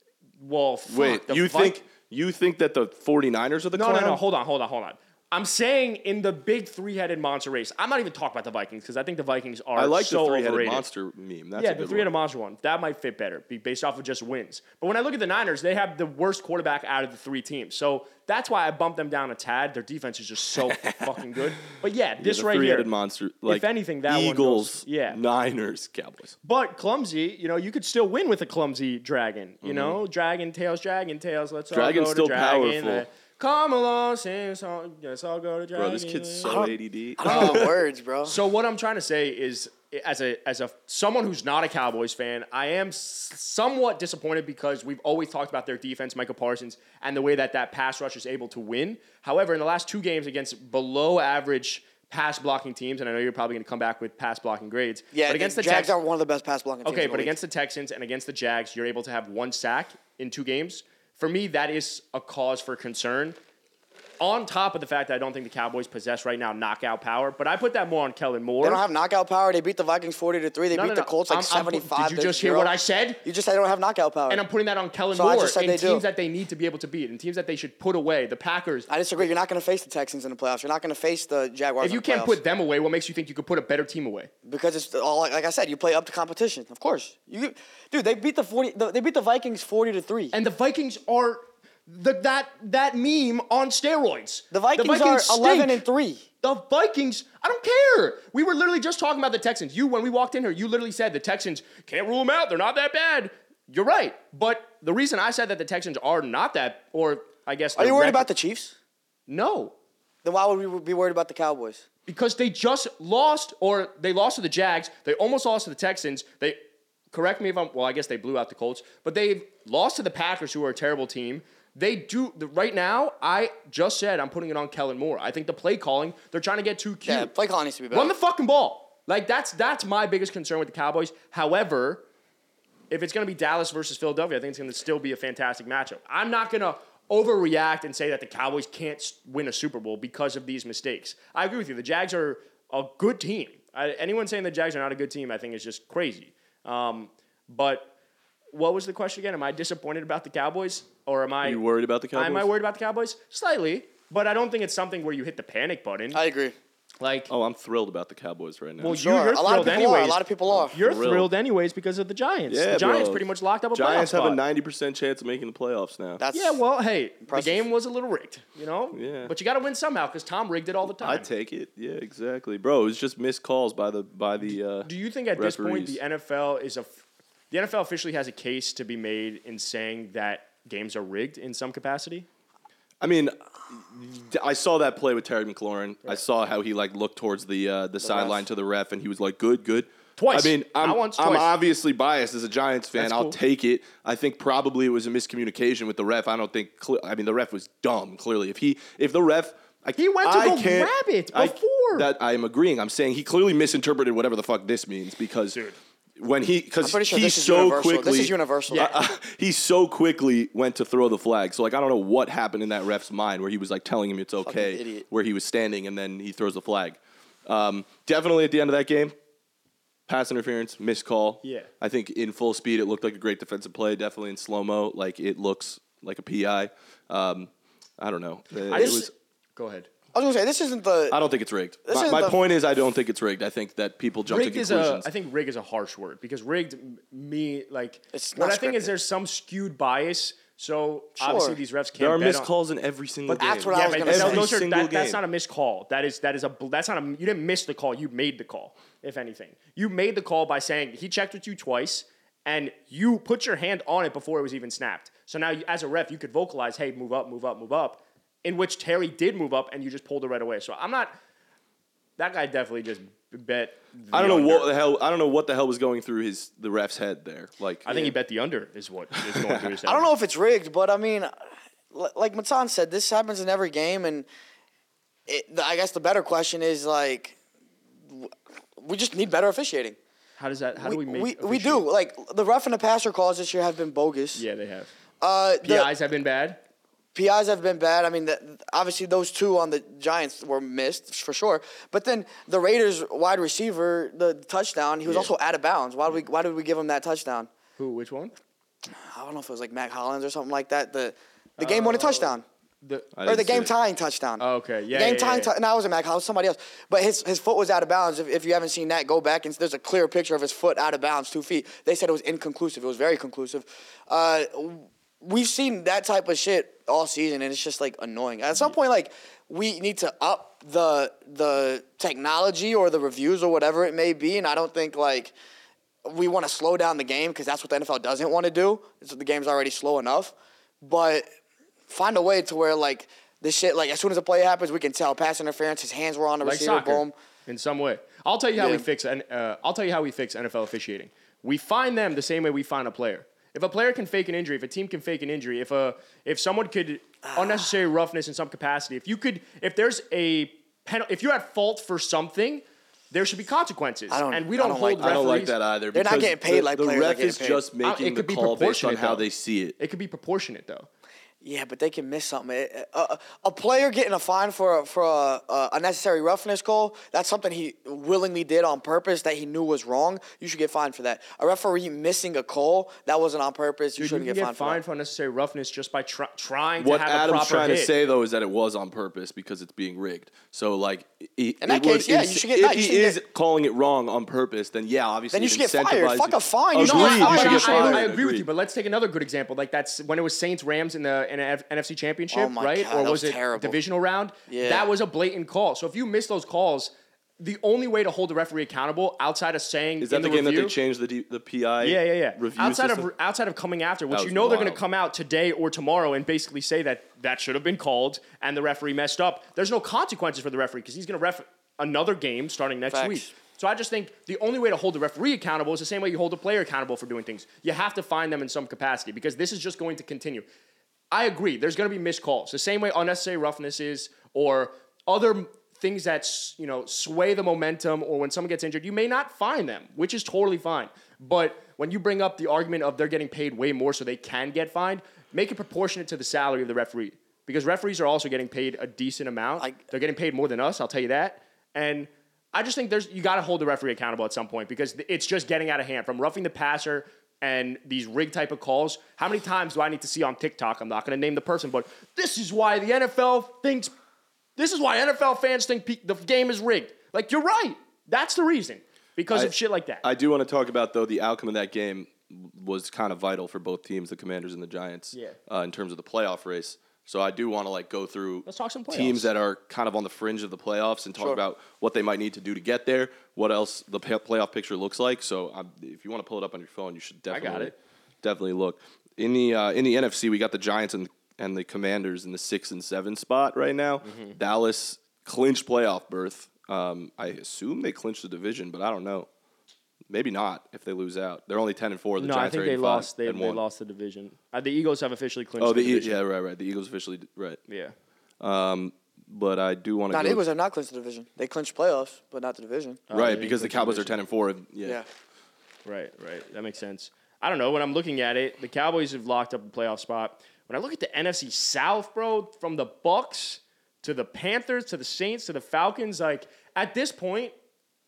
S1: Well, fuck,
S2: Wait,
S1: the
S2: you
S1: Vi-
S2: think you think that the 49ers are the
S1: No,
S2: clown?
S1: no, no. Hold on, hold on, hold on. I'm saying in the big three-headed monster race. I'm not even talking about the Vikings because I think the Vikings are
S2: I like
S1: so
S2: the three-headed
S1: overrated.
S2: monster meme. That's
S1: yeah,
S2: a good
S1: the three-headed
S2: one.
S1: monster one that might fit better, be based off of just wins. But when I look at the Niners, they have the worst quarterback out of the three teams, so that's why I bumped them down a tad. Their defense is just so fucking good. But yeah,
S2: Yeah,
S1: this
S2: the
S1: right
S2: three-headed
S1: here,
S2: monster. Like
S1: anything, that one goes-
S2: Eagles,
S1: yeah.
S2: Niners, Cowboys.
S1: But clumsy, you know, you could still win with a clumsy dragon. You know, dragon tails, dragon tails. Let's
S2: Mm-hmm. Dragon's
S1: all go
S2: still
S1: to dragon.
S2: powerful.
S1: Uh, Come along, sing a song. Let's all go to dragon.
S2: Bro, this kid's so ADD.
S3: I don't know Oh, words, bro.
S1: So what I'm trying to say is, as a as a someone who's not a Cowboys fan, I am s- somewhat disappointed because we've always talked about their defense, Michael Parsons, and the way that that pass rush is able to win. However, in the last two games against below average pass blocking teams, and I know you're probably going to come back with pass blocking grades.
S3: yeah,
S1: but against the
S3: Jags
S1: Texans-
S3: are one of the best pass blocking teams.
S1: Okay,
S3: in the
S1: but
S3: league.
S1: against the Texans and against the Jags, you're able to have one sack in two games. for me, that is a cause for concern. On top of the fact that I don't think the Cowboys possess right now knockout power, but I put that more on Kellen Moore.
S3: They don't have knockout power. They beat the Vikings forty to three. They
S1: No,
S3: beat
S1: no,
S3: the
S1: no.
S3: Colts like
S1: I'm- I'm pu-
S3: seventy five.
S1: Did you just hear what I said?
S3: You just said they don't have knockout power.
S1: And I'm putting that on Kellen
S3: So I
S1: Moore
S3: just said
S1: and
S3: they
S1: teams
S3: do.
S1: that they need to be able to beat and teams that they should put away. The Packers.
S3: I disagree. You're not going to face the Texans in the playoffs. You're not going to face the Jaguars.
S1: If you
S3: in the
S1: can't
S3: playoffs.
S1: put them away, what makes you think you could put a better team away?
S3: because it's all like I said, you play up to competition. Of course, you dude. They beat the forty. The, they beat the Vikings forty to three.
S1: And the Vikings are the, that that meme on steroids.
S3: the Vikings, are
S1: stink.
S3: eleven and three.
S1: The Vikings, I don't care. We were literally just talking about the Texans. You, when we walked in here, you literally said the Texans can't rule them out. They're not that bad. You're right. But the reason I said that the Texans are not that, or I guess,
S3: Are you worried about the Chiefs?
S1: No,
S3: Then why would we be worried about the Cowboys?
S1: because they just lost, or they lost to the Jags. They almost lost to the Texans. They correct me if I'm. Well, I guess they blew out the Colts, but they lost to the Packers, who are a terrible team. They do the- right now. I just said I'm putting it on Kellen Moore. I think the play calling. They're trying to get too cute.
S3: Yeah, play calling needs to be better.
S1: Run the fucking ball. Like that's that's my biggest concern with the Cowboys. However, if it's going to be Dallas versus Philadelphia, I think it's going to still be a fantastic matchup. I'm not going to overreact and say that the Cowboys can't s- win a Super Bowl because of these mistakes. I agree with you. The Jags are a good team. I, anyone saying the Jags are not a good team, I think, is just crazy. Um, but what was the question again? Am I disappointed about the Cowboys, or am I
S2: You worried about the Cowboys?
S1: Am I worried about the Cowboys? Slightly, but I don't think it's something where you hit the panic button.
S3: I agree.
S1: like,
S2: Oh, I'm thrilled about the Cowboys right now.
S1: well,
S3: Sure,
S1: you, you're
S3: a lot of
S1: thrilled
S3: people
S1: anyways.
S3: are. A lot of people are.
S1: You're thrilled.
S2: Thrilled.
S1: anyways because of the Giants.
S2: yeah,
S1: the Giants
S2: bro.
S1: pretty much locked up a
S2: Giants
S1: playoff
S2: have
S1: spot.
S2: a 90% chance of making the playoffs now.
S3: That's
S1: Yeah, well, hey,
S3: Impressive.
S1: the game was a little rigged, you know.
S2: Yeah.
S1: But you got to win somehow because Tom rigged it all the time.
S2: I take it. Yeah, exactly, bro. It was just missed calls by the by the. Uh,
S1: Do you think at
S2: referees.
S1: this point the NFL is a, f- the NFL officially has a case to be made in saying that games are rigged in some capacity?
S2: I mean, I saw that play with Terry McLaurin. I saw how he like looked towards the uh, the sideline to the ref, and he was like, "Good, good."
S1: Twice.
S2: I mean, I'm,
S1: Not once,
S2: I'm
S1: twice.
S2: obviously biased as a Giants fan.
S1: That's
S2: I'll
S1: cool.
S2: take it. I think probably it was a miscommunication with the ref. I don't think. Cle- I mean, the ref was dumb. Clearly, if he if the ref. I,
S1: He went to
S2: I
S1: go
S2: can't-
S1: grab it
S2: I-
S1: before.
S2: that I am agreeing. I'm saying he clearly misinterpreted whatever the fuck this means because when he because
S3: I'm pretty sure
S2: he
S3: this is
S2: so
S3: universal.
S2: quickly
S3: This is universal.
S2: Uh, uh, he so quickly went to throw the flag. So like I don't know what happened in that ref's mind where he was like telling him it's okay
S3: idiot.
S2: where he was standing and then he throws the flag. Um, definitely at the end of that game, pass interference, missed call.
S1: Yeah.
S2: I think in full speed it looked like a great defensive play. Definitely in slow mo, like it looks like a PI. Um, I don't know. Uh, It
S1: I just
S2: was-
S1: go ahead.
S3: I was gonna say this isn't the.
S2: I don't think it's rigged.
S3: This
S2: My,
S3: is
S2: my
S3: the-
S2: point is, I don't think it's rigged. I think that people jump
S1: Rigged
S2: to
S1: is a,
S2: conclusions.
S1: I think rig is a harsh word because rigged m- me like
S3: It's
S1: what
S3: not
S1: I think is
S3: scripted.
S1: there's some skewed bias. So obviously
S3: Sure.
S1: these refs can't.
S2: there are
S1: bet
S2: missed
S1: on-
S2: calls in every single game.
S3: that's what I
S1: Yeah,
S3: was
S1: but
S3: gonna
S1: those-
S3: say.
S1: those are,
S2: Single
S1: that, that's
S2: game.
S1: not a missed call. That is that is a bl- that's not a you didn't miss the call. You made the call. If anything, you made the call by saying he checked with you twice, and you put your hand on it before it was even snapped. So now, you, as a ref, you could vocalize, "Hey, move up, move up, move up," in which Terry did move up, and you just pulled it right away. So I'm not. That guy definitely just bet.
S2: I don't know
S1: the
S2: what
S1: under.
S2: the hell. I don't know what the hell was going through his the ref's head there. Like
S1: I think he bet the under is what is going through his head.
S3: I don't know if it's rigged, but I mean, li- like Matan said, this happens in every game, and it, the- I guess the better question is like, w- we just need better officiating.
S1: How does that? How do we
S3: we,
S1: make?
S3: we, we do
S1: officiate?
S3: like the rough and the passer calls this year have been bogus.
S1: Yeah, they have.
S3: Uh, the
S1: PIs have been bad.
S3: PIs have been bad. I mean, the, obviously those two on the Giants were missed for sure. But then the Raiders wide receiver, the touchdown, he was also out of bounds. Why did we Why did we give him that touchdown?
S1: Who? Which one?
S3: I don't know if it was like Mac Hollins or something like that. The the game
S1: Uh,
S3: winning touchdown.
S1: The
S2: I
S3: or the
S2: didn't see
S3: game
S2: it.
S3: tying touchdown.
S1: Oh, Okay, yeah,
S3: Game
S1: yeah,
S3: tying.
S1: yeah, yeah.
S3: tou- no, it wasn't Mac Hollins. Somebody else. But his his foot was out of bounds. If, if you haven't seen that, go back and there's a clear picture of his foot out of bounds, two feet. They said it was inconclusive. It was very conclusive. Uh, w- we've seen that type of shit all season, and it's just like annoying. At
S1: Mm.
S3: some point, like we need to up the the technology or the reviews or whatever it may be. And I don't think like we want to slow down the game because that's what the NFL doesn't want to do. It's, the game's already slow enough, but find a way to where like this shit like as soon as the play happens, we can tell pass interference. His hands were on the
S1: like
S3: receiver.
S1: soccer
S3: Boom.
S1: in some way. I'll tell you how we
S3: Yeah.
S1: fix and uh, I'll tell you how we fix NFL officiating. We find them the same way we find a player. If a player can fake an injury, if a team can fake an injury, if a if someone could
S3: Ah.
S1: unnecessary roughness in some capacity, if you could, if there's a penalty, if you're at fault for something, there should be consequences.
S3: I don't-
S1: and we
S3: I
S1: don't,
S3: don't
S1: hold
S3: like-
S2: I don't like
S1: referees.
S2: that either.
S3: They're not
S2: because
S3: getting paid
S2: the,
S3: like
S2: the
S3: players are
S2: ref
S3: getting
S2: is
S3: paid.
S2: just
S1: I- it
S2: making the
S1: could be
S2: call based on
S1: proportionate,
S2: how
S1: though.
S2: they see it.
S1: It could be proportionate though.
S3: Yeah, but they can miss something. It- A, a player getting a fine for a, for a, a unnecessary roughness call, that's something he willingly did on purpose that he knew was wrong. You should get fined for that. A referee missing a call, that wasn't on purpose. You
S1: Dude, you
S3: shouldn't
S1: can
S3: get,
S1: get
S3: fined, for
S1: fined
S3: that.
S1: for unnecessary roughness just by try- trying
S2: what
S1: to have a
S2: Adam's
S1: proper
S2: trying
S1: hit.
S2: to say though is that it was on purpose because it's being rigged. So like, in
S3: that case, yeah, you should get-
S2: If
S3: no, you
S2: he
S3: should
S2: is
S3: get-
S2: calling it wrong on purpose, then yeah, obviously.
S3: Then you
S2: it
S3: should get fired.
S2: incentivizes-
S3: Fuck a fine. You
S2: Agreed.
S3: know what?
S2: You should
S3: Fine.
S2: get
S1: I, I-
S2: fired.
S1: I agree with
S2: Agreed.
S1: you, but let's take another good example. Like that's when it was Saints Rams in the in an NFC Championship,
S3: Oh my
S1: right?
S3: God,
S1: or
S3: that
S1: was,
S3: was
S1: it
S3: terrible.
S1: divisional round?
S3: Yeah.
S1: That was a blatant call. So if you miss those calls, the only way to hold the referee accountable outside of saying
S2: Is that
S1: in
S2: the,
S1: the,
S2: game that they
S1: review-
S2: changed the D, the PI?
S1: Yeah, yeah, yeah.
S2: Review
S1: outside
S2: system?
S1: of outside of coming after, which
S2: That
S1: you
S2: was
S1: know they're going to
S2: wild.
S1: come out today or tomorrow and basically say that that should have been called and the referee messed up. There's no consequences for the referee because he's going to ref another game starting next
S3: Facts.
S1: week. So I just think the only way to hold the referee accountable is the same way you hold the player accountable for doing things. You have to find them in some capacity because this is just going to continue. I agree. There's going to be missed calls. The same way unnecessary roughnesses or other things that s- you know sway the momentum or when someone gets injured, you may not find them, which is totally fine. But when you bring up the argument of they're getting paid way more so they can get fined, make it proportionate to the salary of the referee because referees are also getting paid a decent amount.
S3: I-
S1: They're getting paid more than us, I'll tell you that. And I just think there's you got to hold the referee accountable at some point because th- it's just getting out of hand from roughing the passer and these rig type of calls. How many times do I need to see on TikTok? I'm not going to name the person, but this is why the NFL thinks this is why NFL fans think pe- the game is rigged. Like you're right. That's the reason because
S2: I-
S1: of shit like that.
S2: I do want to talk about though the outcome of that game was kind of vital for both teams, the Commanders and the Giants,
S1: Yeah.
S2: uh, in terms of the playoff race. So I do want to like go through
S1: Let's talk some playoffs.
S2: teams that are kind of on the fringe of the playoffs and talk about what they might need to do to get there, what else the pa- playoff picture looks like. So um, if you want to pull it up on your phone, you should
S1: got
S2: definitely
S1: it.
S2: definitely look in the uh, in the NFC. We got the Giants and and the Commanders in the six and seven spot right now.
S1: Mm-hmm.
S2: Dallas clinched playoff berth. Um, I assume they clinched the division, but I don't know. Maybe not if they lose out. They're only ten and four. The
S1: no, I
S2: Giants
S1: think
S2: are
S1: they
S2: 85
S1: lost. They,
S2: and
S1: they
S2: one.
S1: lost the division. Uh, the Eagles have officially clinched.
S2: Oh, the
S1: the
S2: E-
S1: division.
S2: yeah, right, right. The Eagles officially d- right.
S1: yeah.
S2: But I do want to.
S3: Not
S2: go,
S3: Eagles have not clinched the division. They clinched playoffs, but not the division.
S1: Oh, yeah,
S2: right
S1: they
S2: because the
S1: clinched the
S2: Cowboys are
S1: division.
S2: ten and four. And, yeah.
S3: Yeah.
S1: Right, right. That makes sense. I don't know. When I'm looking at it, the Cowboys have locked up a playoff spot. When I look at the NFC South, bro, from the Bucks to the Panthers to the Saints to the Falcons, like at this point,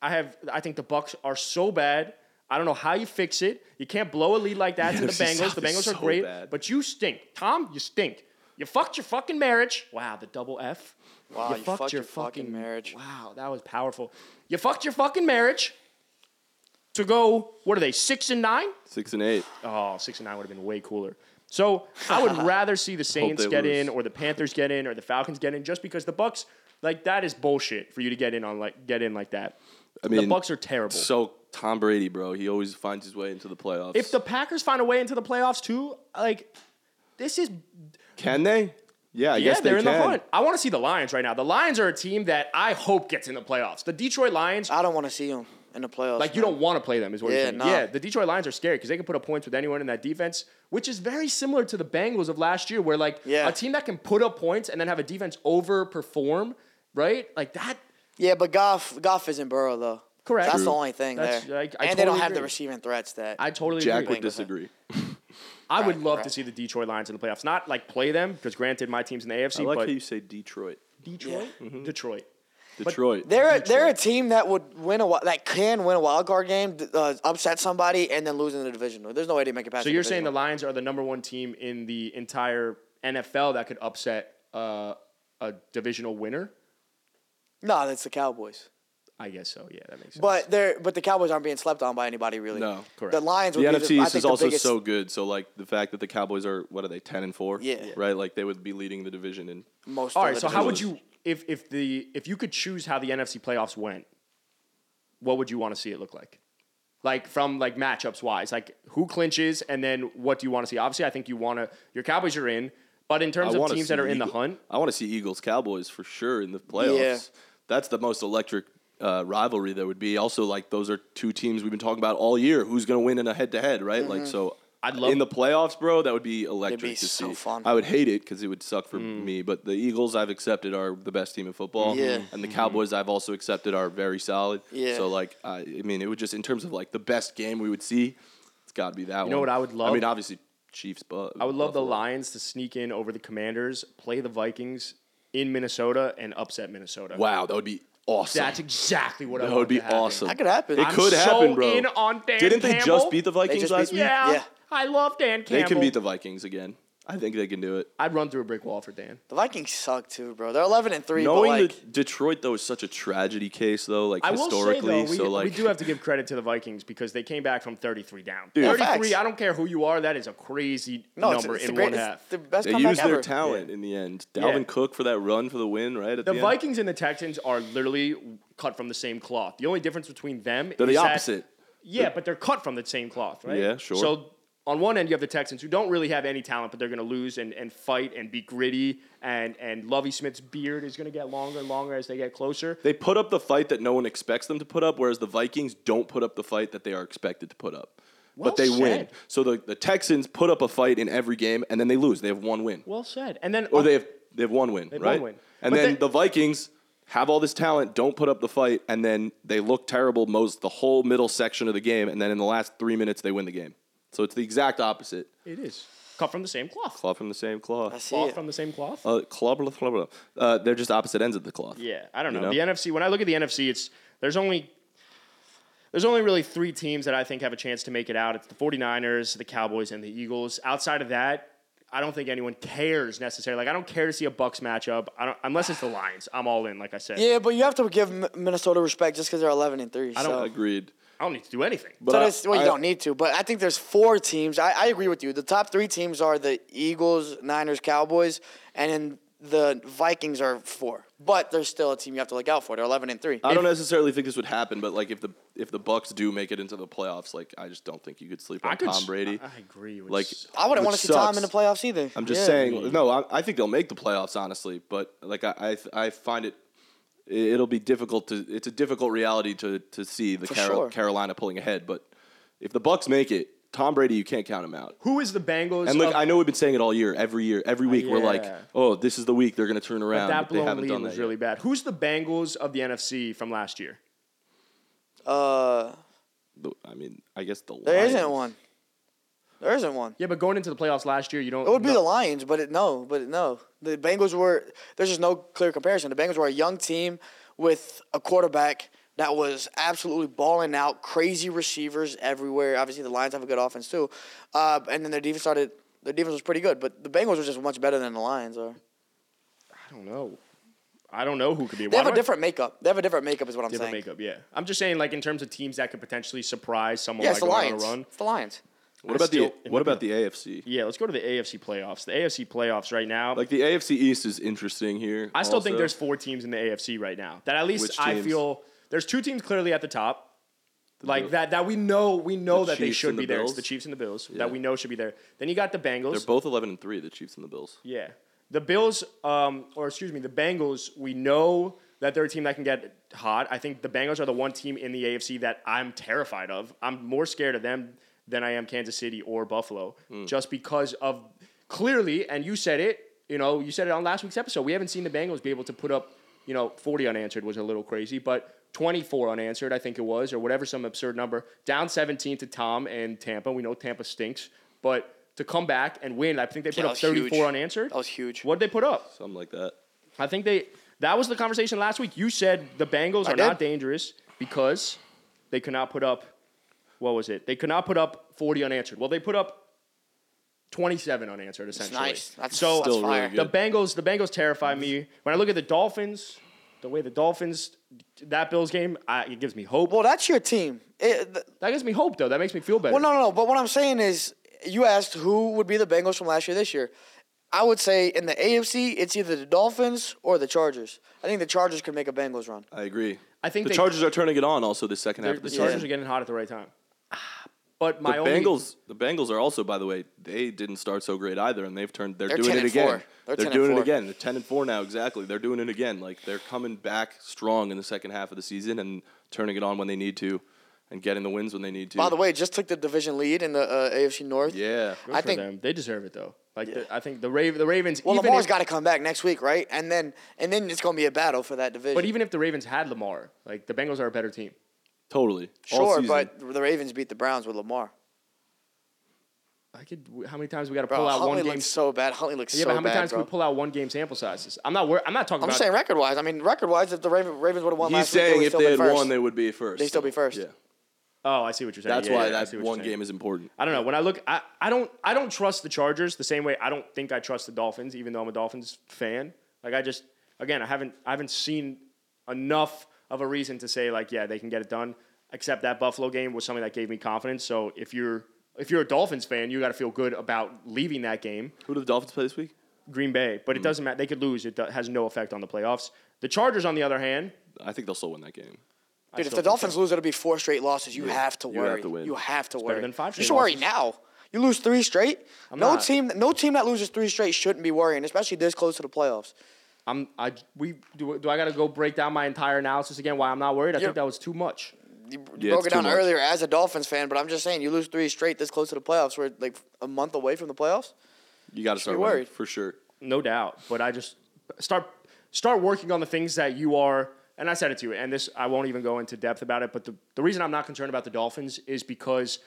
S1: I have I think the Bucks are so bad. I don't know how you fix it. You can't blow a lead like that
S2: The
S1: to the
S2: NFC
S1: Bengals.
S2: South
S1: The
S2: is
S1: Bengals are
S2: so
S1: great,
S2: bad.
S1: but you stink. Tom, you stink. You fucked your fucking marriage. Wow, the double F.
S3: Wow, you fucked your fucking marriage.
S1: Wow, that was powerful. You fucked your fucking marriage to go, what are they, six and nine?
S2: Six and eight.
S1: Oh, six and nine would have been way cooler. So I would rather see the Saints
S2: they
S1: get
S2: lose.
S1: in, or the Panthers get in, or the Falcons get in, just because the Bucks, like that is bullshit for you to get in on like get in like that.
S2: I
S1: the
S2: mean,
S1: Bucks are terrible.
S2: So Tom Brady, bro, he always finds his way into the playoffs.
S1: if the Packers find a way into the playoffs too, like this is
S2: can they? Yeah, I
S1: yeah,
S2: guess they
S1: they're in
S2: can.
S1: the hunt. I want to see the Lions right now. The Lions are a team that I hope gets in the playoffs. The Detroit Lions,
S3: I don't want to see them in the playoffs.
S1: Like you
S3: man.
S1: don't want to play them, is what
S3: Yeah,
S1: you're saying.
S3: nah.
S1: Yeah, the Detroit Lions are scary because they can put up points with anyone in that defense, which is very similar to the Bengals of last year, where like
S3: Yeah.
S1: a team that can put up points and then have a defense overperform, right? Like that.
S3: Yeah, but Goff, Goff isn't Burrow though.
S1: Correct.
S3: That's
S1: True.
S3: the only thing
S1: That's-
S3: there.
S1: like, I
S3: and they don't
S1: totally
S3: have the
S1: agree.
S3: receiving threats that.
S1: I totally
S2: Jack
S1: agree.
S2: would disagree.
S1: I would
S3: Right,
S1: love to
S3: right.
S1: see the Detroit Lions in the playoffs. Not like play them, because granted, my team's in the AFC,
S2: I like how
S1: but
S2: you say Detroit.
S1: Detroit,
S3: Mm-hmm.
S1: Detroit.
S2: Detroit.
S3: they're a, they're a team that would win a wi- that can win a wild card game, d- uh, upset somebody, and then lose in the divisional. There's no way they make it past.
S1: So
S3: the
S1: you're saying the
S3: divisional.
S1: Lions are the number one team in the entire NFL that could upset uh, a divisional winner?
S3: no, that's the Cowboys.
S1: I guess so. Yeah, that makes sense.
S3: But they're but the Cowboys aren't being slept on by anybody really.
S2: No,
S1: correct.
S3: The Lions
S2: the
S3: would be
S2: NFC
S3: the, I
S2: East
S3: think
S2: is
S3: the
S2: also
S3: biggest,
S2: so good. So like the fact that the Cowboys are what are they ten and four?
S3: Yeah. Yeah.
S2: right. Like they would be leading the division and
S3: most.
S1: All
S3: of
S1: right.
S3: the
S1: So how would
S3: division.
S1: you if if the if you could choose how the NFC playoffs went, what would you want to see it look like? Like from like matchups wise, like who clinches and then what do you want to see? Obviously, I think you want to your Cowboys are in, but in terms
S2: I
S1: of
S2: wanna
S1: teams that
S2: see
S1: are in the
S2: Eagle-
S1: hunt,
S2: I want to see Eagles Cowboys for sure in the playoffs.
S3: Yeah.
S2: That's the most electric uh, rivalry there would be. Also, like those are two teams we've been talking about all year. Who's going to win in a head to head, right? Like so,
S1: Mm-hmm. I'd love
S2: in the playoffs, bro. That would be electric
S3: be
S2: to
S3: so
S2: see.
S3: fun.
S2: I would hate it because it would suck for
S1: Mm.
S2: me. But the Eagles, I've accepted, are the best team in football.
S3: Yeah.
S2: And
S1: Mm-hmm.
S2: the Cowboys, I've also accepted, are very solid.
S3: Yeah.
S2: So like, I, I mean, it would just in terms of like the best game we would see, it's got to be that one.
S1: know what I would
S2: I
S1: love?
S2: mean, obviously Chiefs, but
S1: I would love the Lions to sneak in over the Commanders, play the Vikings in Minnesota, and upset Minnesota.
S2: Wow, that would be awesome.
S1: That's exactly what I
S2: that
S1: want
S2: would be
S1: to happen.
S2: awesome.
S3: That could happen.
S2: It
S3: I'm
S2: could
S1: so
S2: happen, bro.
S1: in on Dan
S2: Didn't they
S1: Campbell.
S2: just beat the Vikings
S3: just
S2: last
S3: beat-
S2: week?
S1: Yeah,
S3: Yeah.
S1: I love Dan
S2: They
S1: Campbell.
S2: can beat the Vikings again. I think they can do it.
S1: I'd run through a brick wall for Dan.
S3: The Vikings suck too, bro. They're 11 and three.
S2: Knowing
S3: but like,
S2: that Detroit though is such a tragedy case though, like
S1: I will say
S2: historically,
S1: though, we,
S2: so like
S1: we do have to give credit to the Vikings because they came back from 33 down.
S2: Yeah,
S1: 33.
S3: facts.
S1: I don't care who you are. That is a crazy
S3: no, it's,
S1: number
S3: it's
S1: in
S3: the greatest,
S1: one half.
S3: the best
S2: they
S3: comeback
S2: used
S3: ever.
S2: their talent in the end. Dalvin
S1: Yeah.
S2: Cook for that run for the win, right? At
S1: The
S2: the, end.
S1: Vikings and the Texans are literally cut from the same cloth. The only difference between them
S2: They're
S1: is
S2: the
S1: that-
S2: opposite.
S1: yeah, but they're cut from the same cloth, right?
S2: Yeah, sure.
S1: So on one end you have the Texans who don't really have any talent, but they're going to lose and, and fight and be gritty, and and Lovey Smith's beard is going to get longer and longer as they get closer.
S2: They put up the fight that no one expects them to put up, whereas the Vikings don't put up the fight that they are expected to put up.
S1: Well
S2: but they win.
S1: said.
S2: So the, the Texans put up a fight in every game and then they lose. They have one win.
S1: Well said. And then
S2: or they have they have one win,
S1: have one
S2: right?
S1: win.
S2: And
S1: But
S2: then
S1: they-
S2: the Vikings have all this talent, don't put up the fight, and then they look terrible most the whole middle section of the game, and then in the last three minutes they win the game. So it's the exact opposite.
S1: it is cut from the same cloth.
S2: Claw from the same claw.
S3: I see
S1: Cloth
S3: it.
S1: from the same cloth.
S2: Uh, claw, blah, blah, blah. Uh, they're just opposite ends of the cloth.
S1: Yeah, I don't
S2: You
S1: know.
S2: know?
S1: The NFC. When I look at the NFC, it's there's only there's only really three teams that I think have a chance to make it out. It's the 49ers, the Cowboys, and the Eagles. Outside of that, I don't think anyone cares necessarily. Like I don't care to see a Bucks matchup. I don't unless it's the Lions. I'm all in. Like I said,
S3: Yeah, but you have to give M- Minnesota respect just because they're 11 and three. I
S1: don't
S3: so.
S2: Agreed.
S1: I don't need to do anything.
S2: But
S3: so
S2: I-
S3: there's, well, you
S2: I-
S3: don't need to, but I think there's four teams. I, I agree with you. The top three teams are the Eagles, Niners, Cowboys, and then the Vikings are four. But there's still a team you have to look out for. They're 11 and three.
S2: I don't necessarily think this would happen, but like if the if the Bucks do make it into the playoffs, like I just don't think you could sleep on
S1: I could,
S2: Tom Brady.
S1: I, I agree. With
S2: like
S3: I wouldn't
S2: which
S3: want to see Tom in
S2: sucks.
S3: the playoffs either.
S2: I'm just
S3: Yeah.
S2: saying. No, I, I think they'll make the playoffs, honestly. But like I, I, th- I find it, it- it'll be difficult to. It's a difficult reality to to see the Carol,
S3: sure.
S2: Carolina pulling ahead. But if the Bucks make it, Tom Brady, you can't count him out.
S1: who is the Bengals?
S2: And look,
S1: of-
S2: I know we've been saying it all year, every year, every week. We're like,
S1: yeah.
S2: oh, this is the week they're going to turn around.
S1: that
S2: but they
S1: blown
S2: haven't
S1: lead
S2: done
S1: was
S2: that.
S1: really
S2: Really
S1: bad. Who's the Bengals of the NFC from last year?
S3: Uh,
S2: I mean, I guess the
S3: there
S2: Lions.
S3: not one. There isn't one.
S1: Yeah, but going into the playoffs last year, you don't.
S3: It would be the Lions, but it, no, but it, no. The Bengals were there's just no clear comparison. The Bengals were a young team with a quarterback that was absolutely balling out, crazy receivers everywhere. Obviously, the Lions have a good offense too, uh, and then their defense started. Their defense was pretty good, but the Bengals were just much better than the Lions are.
S1: I don't know. I don't know who could be.
S3: They
S1: Why
S3: have a
S1: do I-
S3: different makeup. They have a different makeup, is what I'm
S1: Different
S3: saying.
S1: makeup, yeah. I'm just saying, like in terms of teams that could potentially surprise someone
S3: Yeah,
S1: like
S3: it's the
S1: going on
S3: Lions.
S1: a run.
S3: It's the Lions.
S2: What about
S1: still-
S2: the What about the AFC?
S1: Yeah, let's go to the AFC playoffs. The AFC playoffs right now.
S2: Like the AFC East is interesting here.
S1: I still think
S2: also.
S1: there's four teams in the AFC right now. That at least
S2: Which
S1: I
S2: teams?
S1: feel there's two teams clearly at the top. Like that, that we know we know
S2: The
S1: that they
S2: Chiefs
S1: should
S2: and the
S1: be there. It's
S2: Bills?
S1: the Chiefs and the Bills
S2: Yeah.
S1: that we know should be there. Then you got the Bengals.
S2: They're both 11 and three. The Chiefs and the Bills.
S1: Yeah. The Bills, um, or excuse me, the Bengals, we know that they're a team that can get hot. I think the Bengals are the one team in the AFC that I'm terrified of. I'm more scared of them than I am Kansas City or Buffalo
S3: Hmm.
S1: just because of clearly, and you said it, you know, you said it on last week's episode. We haven't seen the Bengals be able to put up, you know, 40 unanswered was a little crazy, but 24 unanswered, I think it was, or whatever some absurd number. Down 17 to Tom and Tampa. We know Tampa stinks, but to come back and win, I think they put
S3: Yeah, that
S1: up
S3: was
S1: 34
S3: huge.
S1: unanswered.
S3: That was huge.
S1: What did they put up?
S2: Something like that.
S1: I think they. That was the conversation last week. You said the Bengals
S3: I
S1: are not
S3: did.
S1: dangerous because they could not put up. What was it? They could not put up 40 unanswered. Well, they put up 27 unanswered essentially.
S3: nice. That's-
S1: so
S3: that's Still really fire.
S1: the
S2: good.
S1: Bengals, the Bengals terrify me. When I look at the Dolphins, the way the Dolphins that Bills game, I, it gives me hope.
S3: Well, that's your team. It, th-
S1: That gives me hope though. That makes me feel better.
S3: Well, no, no, no. But what I'm saying is, you asked who would be the Bengals from last year this year. I would say in the AFC, it's either the Dolphins or the Chargers. I think the Chargers could make a Bengals run.
S2: I agree.
S1: I think
S2: the
S1: they-
S2: Chargers are turning it on also the second half
S1: They're-
S2: of the
S1: the
S2: season.
S1: Chargers are getting hot at the right time.
S3: Ah,
S1: But
S2: The
S1: my only,
S2: Bengals, the Bengals are also, by the way, they didn't start so great either, and they've turned. They're,
S3: They're
S2: doing
S3: 10
S2: it
S3: and
S2: again.
S3: four. They're 10 and
S2: doing it
S3: four.
S2: again. They're ten and four now. Exactly. They're doing it again. Like they're coming back strong in the second half of the season and turning it on when they need to. and getting the wins when they need to.
S3: By the way, just took the division lead in the uh, AFC North.
S2: yeah,
S1: Good
S3: I
S1: for
S3: think-
S1: them. they deserve it though. Like the, I think the Raven, the Ravens.
S3: Well,
S1: even
S3: Lamar's
S1: if-
S3: got to come back next week, right? And then and then it's gonna be a battle for that division.
S1: But even if the Ravens had Lamar, like the Bengals are a better team.
S2: totally. All
S3: sure,
S2: season.
S3: but the Ravens beat the Browns with Lamar.
S1: I could. How many times we got to
S3: Bro,
S1: pull out
S3: Huntley
S1: one game?
S3: looks so bad. Huntley looks
S1: Yeah,
S3: so
S1: but how many
S3: bad,
S1: times
S3: bro.
S1: can we pull out one game sample sizes? I'm not. Wor- I'm not talking
S3: I'm
S1: about.
S3: saying record wise. I mean, record wise, if the Raven, Ravens would have won
S2: He's
S3: last
S2: saying
S3: week,
S2: if
S3: they
S2: they
S3: would
S2: had
S3: still been first.
S2: won, they would be first.
S3: They'd still be first.
S2: Yeah,
S1: oh, I see what you're saying.
S2: that's
S1: Yeah,
S2: why
S1: yeah, I see
S2: that
S1: what you're
S2: one
S1: saying.
S2: game is important.
S1: I don't know. When I look, I, I don't I don't trust the Chargers the same way I don't think I trust the Dolphins, even though I'm a Dolphins fan. Like I just again I haven't I haven't seen enough of a reason to say like yeah they can get it done. Except that Buffalo game was something that gave me confidence. So if you're if you're a Dolphins fan, you got to feel good about leaving that game.
S2: Who do the Dolphins play this week?
S1: Green Bay, but it doesn't matter. They could lose. It do- has no effect on the playoffs. The Chargers, on the other hand,
S2: I think they'll still win that game.
S3: Dude, if
S1: still
S3: the
S1: think
S3: Dolphins lose, it'll be four straight losses. You
S2: Yeah,
S3: have to
S2: you have
S3: worry.
S2: to win.
S3: You have to worry.
S1: than five
S3: you
S1: straight
S3: should worry now. You lose three straight. no
S1: not.
S3: team, no team that loses three straight shouldn't be worrying, especially this close to the playoffs.
S1: I'm I we do, do I got to go break down my entire analysis again? Why I'm not worried? I
S3: You're-
S1: think that was too much.
S3: You
S2: Yeah,
S3: broke
S2: it's
S3: it
S2: too
S3: down
S2: much.
S3: earlier as a Dolphins fan, but I'm just saying, you lose three straight this close to the playoffs. We're like a month away from the playoffs.
S2: You got to start
S3: be
S2: winning
S3: worried.
S2: for sure.
S1: no doubt. But I just start start working on the things that you are. And I said it to you, and this I won't even go into depth about it. But the, the reason I'm not concerned about the Dolphins is because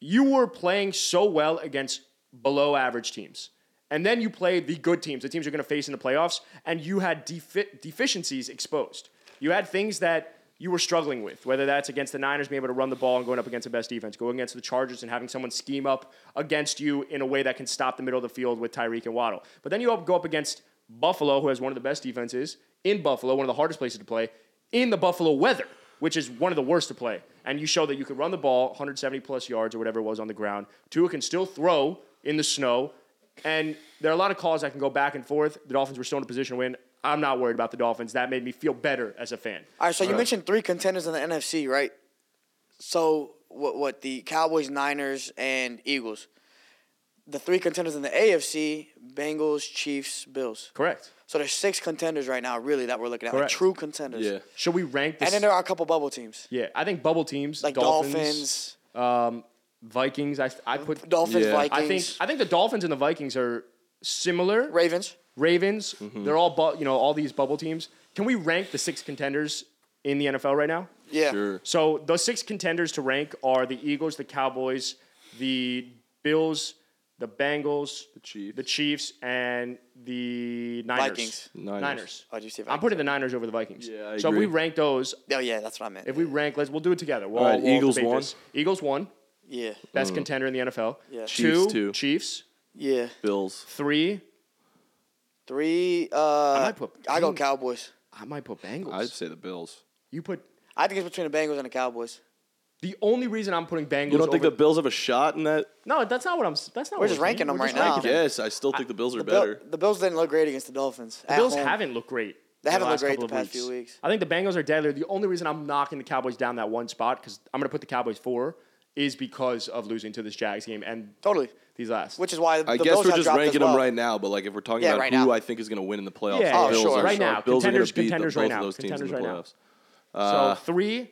S1: you were playing so well against below average teams. And then you played the good teams, the teams you're going to face in the playoffs, and you had defi- deficiencies exposed. You had things that you were struggling with, whether that's against the Niners being able to run the ball and going up against the best defense, going against the Chargers and having someone scheme up against you in a way that can stop the middle of the field with Tyreek and Waddle. But then you up- go up against Buffalo, who has one of the best defenses in Buffalo, one of the hardest places to play, in the Buffalo weather, which is one of the worst to play. And you show that you can run the ball 170 plus yards or whatever it was on the ground. Tua can still throw in the snow. And there are a lot of calls that can go back and forth. The Dolphins were still in a position to win. I'm not worried about the Dolphins. That made me feel better as a fan.
S3: All right, so you mentioned three contenders in the NFC, right? So what? What the Cowboys, Niners, and Eagles. The three contenders in the AFC: Bengals, Chiefs, Bills.
S1: Correct.
S3: So there's six contenders right now, really, that we're looking at. Like
S1: Correct.
S3: true contenders.
S2: Yeah,
S1: Should we rank this?
S3: And then there are a couple bubble teams.
S1: yeah, I think bubble teams,
S3: Like
S1: Dolphins,
S3: Dolphins,
S1: Um, Vikings. I, I put.
S3: Dolphins,
S2: Yeah. I
S3: Vikings,
S1: I think I think the Dolphins and the Vikings are similar.
S3: Ravens.
S1: Ravens.
S2: Mm-hmm.
S1: They're all bu- you know all these bubble teams. Can we rank the six contenders in the NFL right now?
S3: Yeah.
S2: sure.
S1: So the six contenders to rank are the Eagles, the Cowboys, the Bills, the Bengals, the
S2: Chiefs.
S1: the Chiefs, and the Niners.
S3: Vikings.
S2: Niners.
S3: Oh, did you say
S1: I'm
S3: Vikings?
S1: putting the Niners over the Vikings.
S2: Yeah, I
S1: so if we
S2: agree.
S1: rank those,
S3: Oh yeah, that's what I meant.
S1: if we rank, let's we'll do it together. We'll,
S2: All
S1: all
S2: right,
S1: we'll
S2: Eagles
S1: debate
S2: one.
S1: this. Eagles one,
S3: yeah.
S1: best contender in the NFL. Two,
S3: Yeah.
S2: Chiefs two.
S1: Chiefs.
S3: Yeah.
S2: Bills.
S1: Three,
S3: Three. Uh, I,
S1: might put
S3: go
S1: Bengals.
S3: Cowboys.
S1: I might put Bengals.
S2: I'd say the Bills.
S1: you put
S3: I think it's between the Bengals and the Cowboys.
S1: the only reason I'm putting Bengals.
S2: You don't think
S1: over-
S2: the Bills have a shot in that?
S1: No, that's not what I'm. s- That's not.
S3: We're
S1: what
S3: just
S1: I'm saying.
S3: ranking them
S1: We're just
S3: right now.
S1: ranking
S2: I guess. I still think the Bills are
S3: The,
S2: better.
S3: Bill, the Bills didn't look great against the Dolphins.
S1: The Bills
S3: home.
S1: haven't looked great.
S3: They
S1: in
S3: haven't
S1: last
S3: looked great
S1: couple
S3: the
S1: of
S3: past few weeks.
S1: I think the Bengals are deadly. The only reason I'm knocking the Cowboys down that one spot because I'm going to put the Cowboys four is because of losing to this Jags game and
S3: Totally.
S1: these last.
S3: Which is why the,
S2: I
S3: the
S2: guess
S3: Bills
S2: we're
S3: have
S2: just
S3: dropped as
S2: ranking
S3: well.
S2: them right now, but like if we're talking
S3: Yeah,
S2: about
S3: right
S2: who
S3: now.
S2: I think is going to win in the playoffs,
S1: Yeah,
S2: the
S3: oh,
S2: Bills
S3: sure.
S2: are
S3: Right
S2: sure.
S1: now.
S2: Bills are going
S1: Contenders-
S2: to beat the,
S1: contenders
S2: both
S1: right
S2: of
S1: now.
S2: those teams in
S1: Contenders
S2: the
S1: right now.
S2: playoffs. Uh,
S1: so three.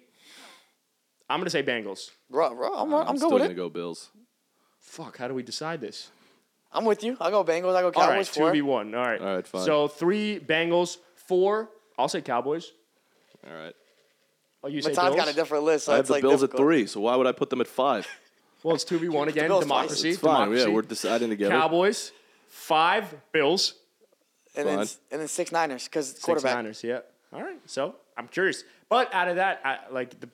S1: I'm going to say Bengals.
S3: Bro, bro, I'm, I'm,
S2: I'm
S3: good
S2: still
S3: with
S2: going to
S3: it.
S2: go Bills.
S1: Fuck. How do we decide this?
S3: I'm with you. I go Bengals. I go Cowboys
S1: All right,
S3: four.
S1: two v one. All right.
S2: All right, fine.
S1: So three Bengals, four. I'll say Cowboys.
S2: All right.
S1: Oh, you say
S3: Matan's got a
S1: Bills?
S3: different list, so
S2: I have
S3: it's
S2: the
S3: like
S2: Bills
S3: difficult.
S2: at three, so why would I put them at five?
S1: Well, it's two v one again.
S3: Bills
S1: Democracy.
S2: It's fine.
S1: Democracy.
S2: Yeah, we're deciding together.
S1: Cowboys, five Bills.
S3: and then
S2: Fine.
S3: s- and then six Niners because
S1: Six
S3: quarterback.
S1: Niners, yeah. All right. So I'm curious, but out of that, I, like the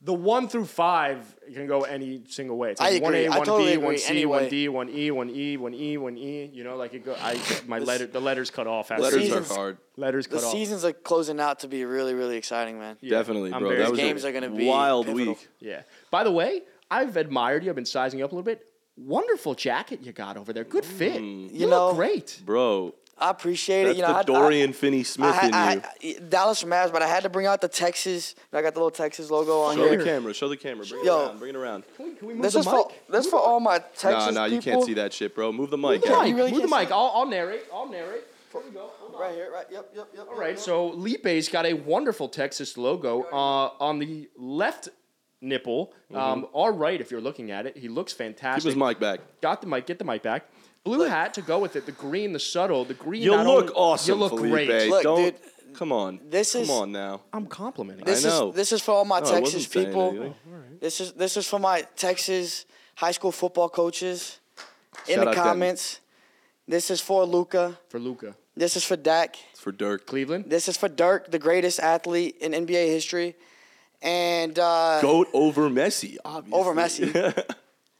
S1: the one through five can go any single way. It's
S3: I
S1: like one A,
S3: agree. I
S1: one
S3: totally
S1: B, one
S3: agree.
S1: C,
S3: Any
S1: one
S3: way.
S1: D, one E, one E, one E, one E. You know, like it go. I my letter the letters cut off. After
S2: Letters
S3: Seasons-
S2: are hard.
S1: letters
S3: The
S1: cut off.
S3: seasons are closing out to be really, really exciting, man.
S1: Yeah,
S2: Definitely,
S1: I'm
S2: bro.
S1: very
S2: That was
S1: excited.
S3: Games
S2: a
S3: are gonna be
S2: wild
S3: pivotal.
S2: week.
S1: yeah. By the way, I've admired you. I've been sizing you up a little bit. Wonderful jacket you got over there. Good fit. you
S3: Mm. know-
S1: look great.
S2: Bro,
S3: I appreciate
S2: that's
S3: it. You know,
S2: the
S3: I,
S2: Dorian Finney-Smith
S3: I,
S2: in
S3: I,
S2: you.
S3: I, I- Dallas Mavs, but I had to bring out the Texas. I got the little Texas logo on
S2: Show
S3: here.
S2: the camera. Show the camera. Bring it
S3: Yo.
S2: around. Bring it around.
S1: Can we, can we move
S3: This
S1: the
S3: is
S1: mic?
S3: for this for all my Texas
S2: Nah, nah, you can't
S3: people.
S2: see that shit, bro. Move the mic.
S1: Move the
S2: out.
S1: mic.
S3: really
S1: Move the
S3: can't
S1: mic. I'll, I'll narrate. I'll narrate. Here we go. Hold on.
S3: Right here, right. Yep, yep, yep.
S1: All right, so Lipe's got a wonderful Texas logo uh, on the left nipple um, are right if you're looking at it. He looks
S2: Mm-hmm. Keep
S1: fantastic.
S2: his mic back.
S1: Got the mic. Get the mic back. Blue hat to go with it. The green, the subtle, the green.
S2: You
S1: not
S2: look
S1: only-
S2: awesome,
S1: You look
S2: Felipe.
S1: great.
S3: Look,
S2: Don't
S3: dude,
S2: come on.
S3: this
S2: come
S3: is-
S2: on now.
S1: I'm complimenting.
S3: This
S2: I know.
S3: is this is for all my
S2: No, I
S3: Texas
S2: wasn't saying
S3: people.
S2: anything.
S3: This is this is for my Texas high school football coaches in
S2: Shout
S3: the
S2: out Denton.
S3: comments. This is for Luca.
S1: for Luca.
S3: This is for Dak.
S2: It's for Dirk.
S1: Cleveland.
S3: This is for Dirk, the greatest athlete in NBA history. And uh,
S2: Goat over Messi, obviously.
S3: over Messi.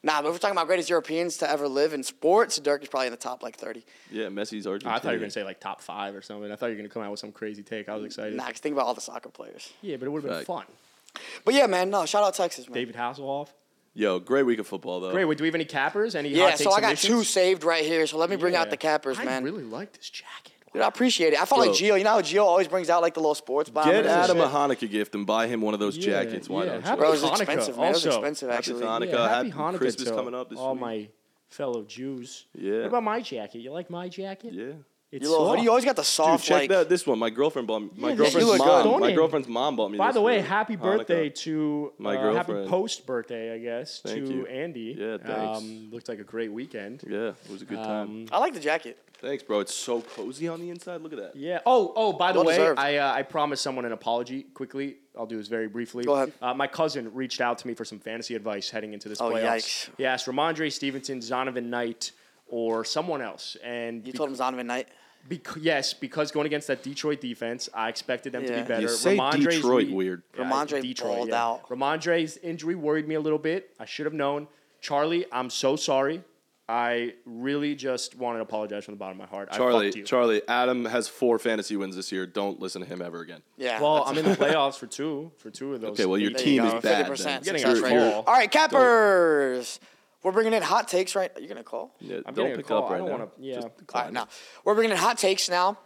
S3: nah, but if we're talking about greatest Europeans to ever live in sports, Dirk is probably in the top like 30.
S2: yeah, Messi's Argentina.
S1: I thought you were gonna say like top five or something. I thought you were gonna come out with some crazy take. I was excited.
S3: Nah, 'cause think about all the soccer players.
S1: Yeah, but it would have been
S2: Fact.
S1: fun.
S3: But yeah, man, no, shout out Texas, man.
S1: David Hasselhoff.
S2: Yo, great week of football though.
S1: Great. Wait, do we have any cappers? Any
S3: yeah,
S1: hot take
S3: so I got two
S1: submissions?
S3: saved right here, so let me bring out
S1: Yeah.
S3: the cappers,
S1: I
S3: man.
S1: really like this jacket.
S3: Dude, I appreciate it. I felt like
S2: Bro.
S3: Gio. You know how Gio always brings out like the little sports bombers?
S2: Get
S3: and
S2: Adam
S3: shit?
S2: a Hanukkah gift and buy him one of those jackets. Why
S1: yeah.
S2: don't you?
S1: Happy
S3: Bro, it was
S1: Hanukkah
S3: expensive, man. it was
S1: also.
S3: expensive,
S2: Happy
S3: actually.
S2: Hanukkah.
S1: Yeah,
S2: happy
S1: happy Hanukkah
S2: Christmas
S1: to
S2: coming up this
S1: all
S2: week.
S1: my fellow Jews.
S2: Yeah.
S1: What about my jacket? You like my jacket?
S2: Yeah.
S1: It's
S3: You little hoodie, you
S1: soft.
S3: always got the
S2: Dude,
S3: soft,
S2: check
S3: like,
S2: that. This one, my girlfriend bought me. My
S1: Yeah, you
S2: girlfriend's
S3: look
S2: mom.
S1: good.
S2: My girlfriend's mom bought me.
S1: By
S2: this
S1: the way,
S2: for
S1: happy
S2: Hanukkah.
S1: birthday to
S2: My
S1: uh, happy
S2: girlfriend.
S1: post birthday, I guess,
S2: Thank
S1: to
S2: you.
S1: Andy.
S2: Yeah, thanks.
S1: Um, looked like a great weekend.
S2: Yeah, it was a good time.
S1: Um,
S3: I like the jacket.
S2: Thanks, bro. It's so cozy on the inside. Look at that.
S1: Yeah. Oh, oh. By the
S3: Well
S1: way,
S3: deserved.
S1: I uh, I promised someone an apology quickly. I'll do this very briefly.
S3: Go ahead.
S1: Uh, my cousin reached out to me for some fantasy advice heading into this
S3: Oh,
S1: playoffs.
S3: yikes.
S1: He asked Ramondre Stevenson, Zonovan Knight, or someone else, and
S3: You
S1: bec-
S3: told him Zonovan Knight.
S1: bec- yes, because going against that Detroit defense, I expected them to
S3: Yeah.
S1: be better.
S2: You say
S1: Ramondre's
S2: Detroit
S1: lead-
S2: weird.
S3: Ramondre balled out.
S1: Ramondre's injury worried me a little bit. I should have known. Charlie, I'm so sorry. I really just want to apologize from the bottom of my heart. I
S2: Charlie,
S1: fucked you.
S2: Charlie, Adam has four fantasy wins this year. Don't listen to him ever again.
S3: Yeah.
S1: Well, I'm in the playoffs for two for two of those.
S2: Okay, well, your
S1: eight.
S3: There
S2: team
S3: you
S2: is
S3: go,
S2: bad.
S3: 50%
S2: then.
S1: Getting
S3: success
S1: our
S2: You're-
S3: rate.
S2: you're-
S1: call.
S3: All right, cappers. We're bringing in hot takes right. You're gonna call.
S2: yeah,
S1: I'm
S2: don't
S1: getting a
S2: pick
S1: call.
S2: up
S1: I
S2: right
S1: don't
S2: now.
S1: wanna- yeah.
S2: Just
S1: All
S3: All
S2: decline
S3: right,
S2: it.
S3: now we're bringing in hot takes now.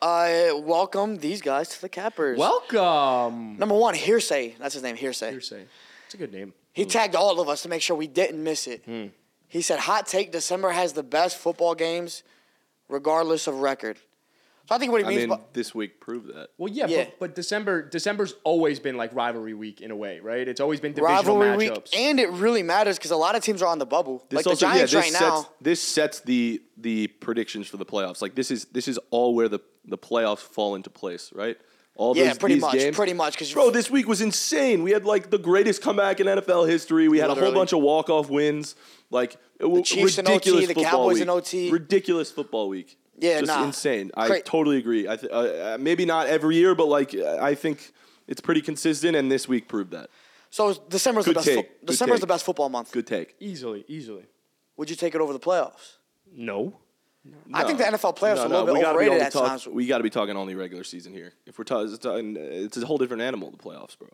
S3: Uh, welcome these guys to the cappers.
S1: Welcome.
S3: number one, hearsay. That's his name, hearsay.
S1: Hearsay. It's a good name.
S3: He tagged all of us to make sure we didn't miss it.
S2: Hmm.
S3: He said, "Hot take: December has the best football games, regardless of record." So I think what he
S2: I
S3: means.
S2: mean,
S3: by-
S2: this week proved that.
S1: Well, yeah,
S3: Yeah.
S1: But, but December December's always been like rivalry week in a way, right? It's always been divisional
S3: rivalry
S1: matchups.
S3: week, and it really matters because a lot of teams are on the bubble.
S2: This
S3: like
S2: also,
S3: the Giants
S2: yeah,
S3: right
S2: this
S3: now.
S2: sets this sets the the predictions for the playoffs. Like this is this is all where the the playoffs fall into place, right? All
S3: Yeah,
S2: those,
S3: pretty
S2: these
S3: much,
S2: games.
S3: pretty much, 'cause-
S2: bro, this week was insane. We had like the greatest comeback in NFL history. We had a whole
S3: Literally.
S2: bunch of walk off wins. Like it was
S3: Chiefs in OT,
S2: ridiculous
S3: the
S2: football
S3: Cowboys
S2: week.
S3: in OT.
S2: Ridiculous football week.
S3: Yeah,
S2: just
S3: nah.
S2: insane. I
S3: Cra-
S2: totally agree. I th- uh, uh, maybe not every year, but like uh, I think it's pretty consistent, and this week proved that.
S3: So December's
S2: Good
S3: the best. fo-
S2: take, good
S3: December's
S2: take.
S3: the best football month.
S2: Good take.
S1: easily, easily.
S3: Would you take it over the playoffs?
S1: No.
S3: I think the NFL playoffs
S2: No,
S3: are a
S2: no,
S3: little
S2: we gotta
S3: bit
S2: be
S3: overrated
S2: only
S3: at
S2: talk-
S3: times.
S2: We got to be talking only regular season here. If we're ta- it's talking, it's a whole different animal. The playoffs, bro.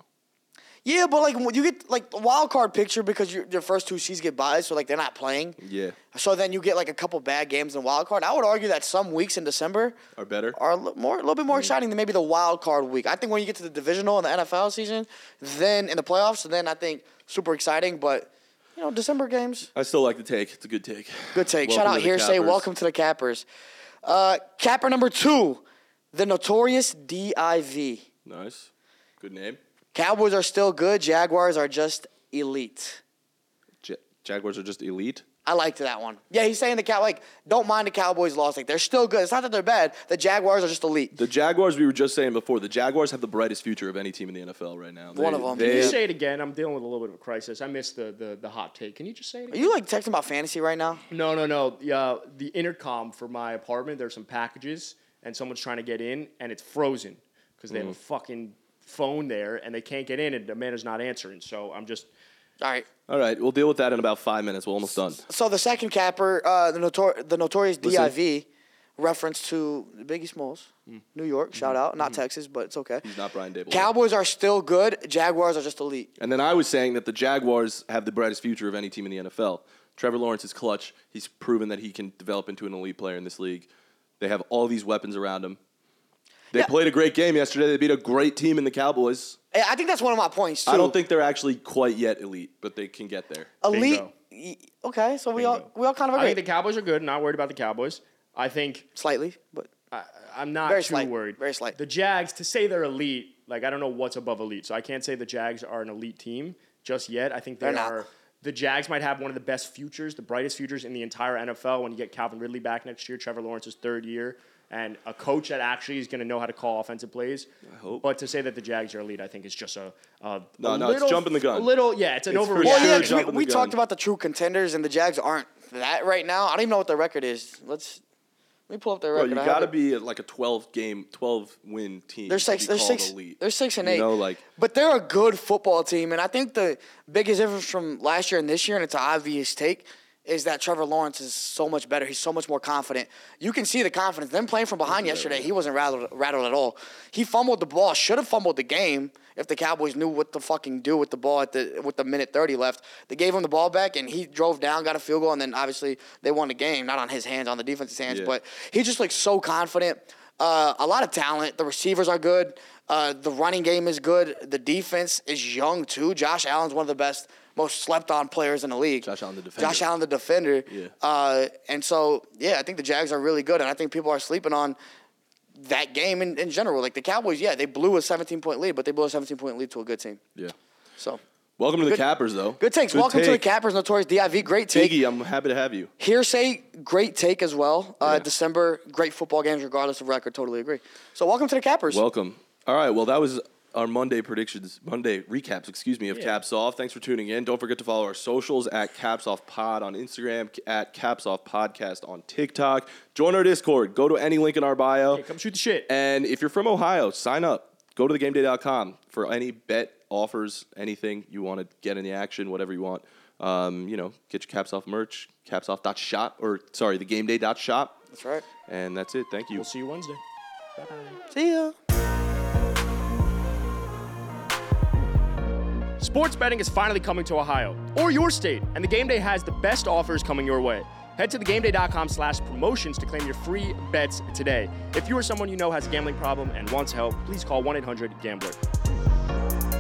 S3: Yeah, but like when you get like the wild card picture because your your first two seeds get by, so like they're not playing.
S2: Yeah,
S3: So then you get like a couple bad games in wild card. I would argue that some weeks in December
S2: are better.
S3: are a li- more a little bit
S2: Mm.
S3: more exciting than maybe the wild card week. I think when you get to the divisional and the NFL season, then in the playoffs, then I think super exciting. But you know, December games.
S2: I still like the take. It's a good take.
S3: Good take.
S2: Welcome
S3: Shout
S2: to
S3: out
S2: the
S3: hearsay.
S2: Cappers.
S3: Welcome to the cappers. Uh, capper number two, the notorious DIV.
S2: Nice. Good name.
S3: Cowboys are still good. Jaguars are just elite.
S2: Ja- Jaguars are just elite.
S3: I liked that one. Yeah, he's saying the cow like don't mind the Cowboys loss. Like they're still good. It's not that they're bad. The Jaguars are just elite.
S2: The Jaguars, we were just saying before, the Jaguars have the brightest future of any team in the NFL right now.
S3: One of them.
S1: Can
S2: They,
S1: you say it again? I'm dealing with a little bit of a crisis. I missed the the, the hot take. Can you just say it
S3: Are
S1: again?
S3: you like texting about fantasy right now?
S1: No, no, no. The, uh, the intercom for my apartment, there's some packages, and someone's trying to get in, and it's frozen because they have a fucking phone there, and they can't get in, and the man is not answering. So I'm just.
S3: All right.
S2: all right, we'll deal with that in about five minutes. We're almost done.
S3: So the second capper, uh, the notor- the notorious
S2: Listen.
S3: DIV, reference to Biggie Smalls, New York. Shout out, not Texas, but it's okay.
S2: Hmm. He's not Brian Dable.
S3: Cowboys are still good. Jaguars are just elite.
S2: And then I was saying that the Jaguars have the brightest future of any team in the NFL. Trevor Lawrence is clutch. He's proven that he can develop into an elite player in this league. They have all these weapons around him. They
S3: Yeah.
S2: played a great game yesterday. They beat a great team in the Cowboys.
S3: Eh, I think that's one of my points too.
S2: I don't think they're actually quite yet elite, but they can get there.
S3: elite.
S1: Bingo.
S3: y- Okay, so we all
S1: Bingo.
S3: we all kind of
S1: I
S3: agree
S1: think the Cowboys are good. Not worried about the Cowboys. I think
S3: slightly, but
S1: I, I'm not
S3: Very
S1: too
S3: slight,
S1: worried.
S3: very slight.
S1: The Jags, to say they're elite, Like I don't know what's above elite. So I can't say the Jags are an elite team just yet. I think they
S3: They're not.
S1: are. The Jags might have one of the best futures, the brightest futures in the entire NFL when you get Calvin Ridley back next year, Trevor Lawrence's third year, and a coach that actually is going to know how to call offensive plays. I
S2: hope.
S1: But to say that the Jags are elite, I think is just a, a
S2: No,
S1: a
S2: no, it's
S1: little-
S2: jumping the gun.
S1: A little, yeah, it's an
S2: It's for
S1: overreaction.
S2: sure
S3: Well, yeah, 'cause
S2: jump in the
S3: we, we
S2: gun.
S3: talked about the true contenders, and the Jags aren't that right now. I don't even know what their record is. Let's let me pull up their
S2: Bro,
S3: record.
S2: you
S3: I have
S2: gotta
S3: it.
S2: be at like a 12 game, 12 win team.
S3: They're
S2: to
S3: six.
S2: be
S3: They're
S2: called
S3: six.
S2: elite.
S3: They're six and
S2: You
S3: eight.
S2: know, like-
S3: but they're a good football team, and I think the biggest difference from last year and this year, and it's an obvious take, is that Trevor Lawrence is so much better. He's so much more confident. You can see the confidence. Them playing from behind yesterday, he wasn't rattled, rattled at all. He fumbled the ball. Should have fumbled the game if the Cowboys knew what to fucking do with the ball at the with the minute thirty left. They gave him the ball back, and he drove down, got a field goal, and then obviously they won the game. Not on his hands, on the defense's hands,
S2: Yeah.
S3: but he just looks so confident. Uh, a lot of talent. The receivers are good. Uh, the running game is good. The defense is young too. Josh Allen's one of the best, most slept on players in the league.
S2: Josh Allen, the defender.
S3: Josh Allen, the defender.
S2: Yeah.
S3: Uh, and so, yeah, I think the Jags are really good, and I think people are sleeping on that game in, in general. Like the Cowboys, yeah, they blew a 17 point lead, but they blew a 17 point lead to a good team.
S2: Yeah.
S3: So,
S2: Welcome to the Cappers, though.
S3: good takes. Welcome to the Cappers Notorious DIV. Great take.
S2: Biggie, I'm happy to have you.
S3: Hearsay, great take as well. Uh,
S2: Yeah.
S3: December, great football games regardless of record. Totally agree. So welcome to the Cappers.
S2: Welcome. All right. Well, that was our Monday predictions, Monday recaps, excuse me, of Caps Off. Thanks for tuning in. Don't forget to follow our socials at Caps Off Pod on Instagram, at Caps Off Podcast on TikTok. Join our Discord. Go to any link in our bio.
S1: Hey, come shoot the shit.
S2: And if you're from Ohio, sign up. Go to thegameday.com for any bet offers, anything you want to get in the action, whatever you want. Um, you know, get your caps off merch, caps off dot shop, or sorry, the game day dot shop.
S3: That's right.
S2: And that's it. Thank you.
S1: We'll see you Wednesday.
S3: See ya.
S1: Sports betting is finally coming to Ohio or your state, and the game day has the best offers coming your way. Head to thegameday.com slash promotions to claim your free bets today. If you or someone you know has a gambling problem and wants help, please call 1 800 Gambler.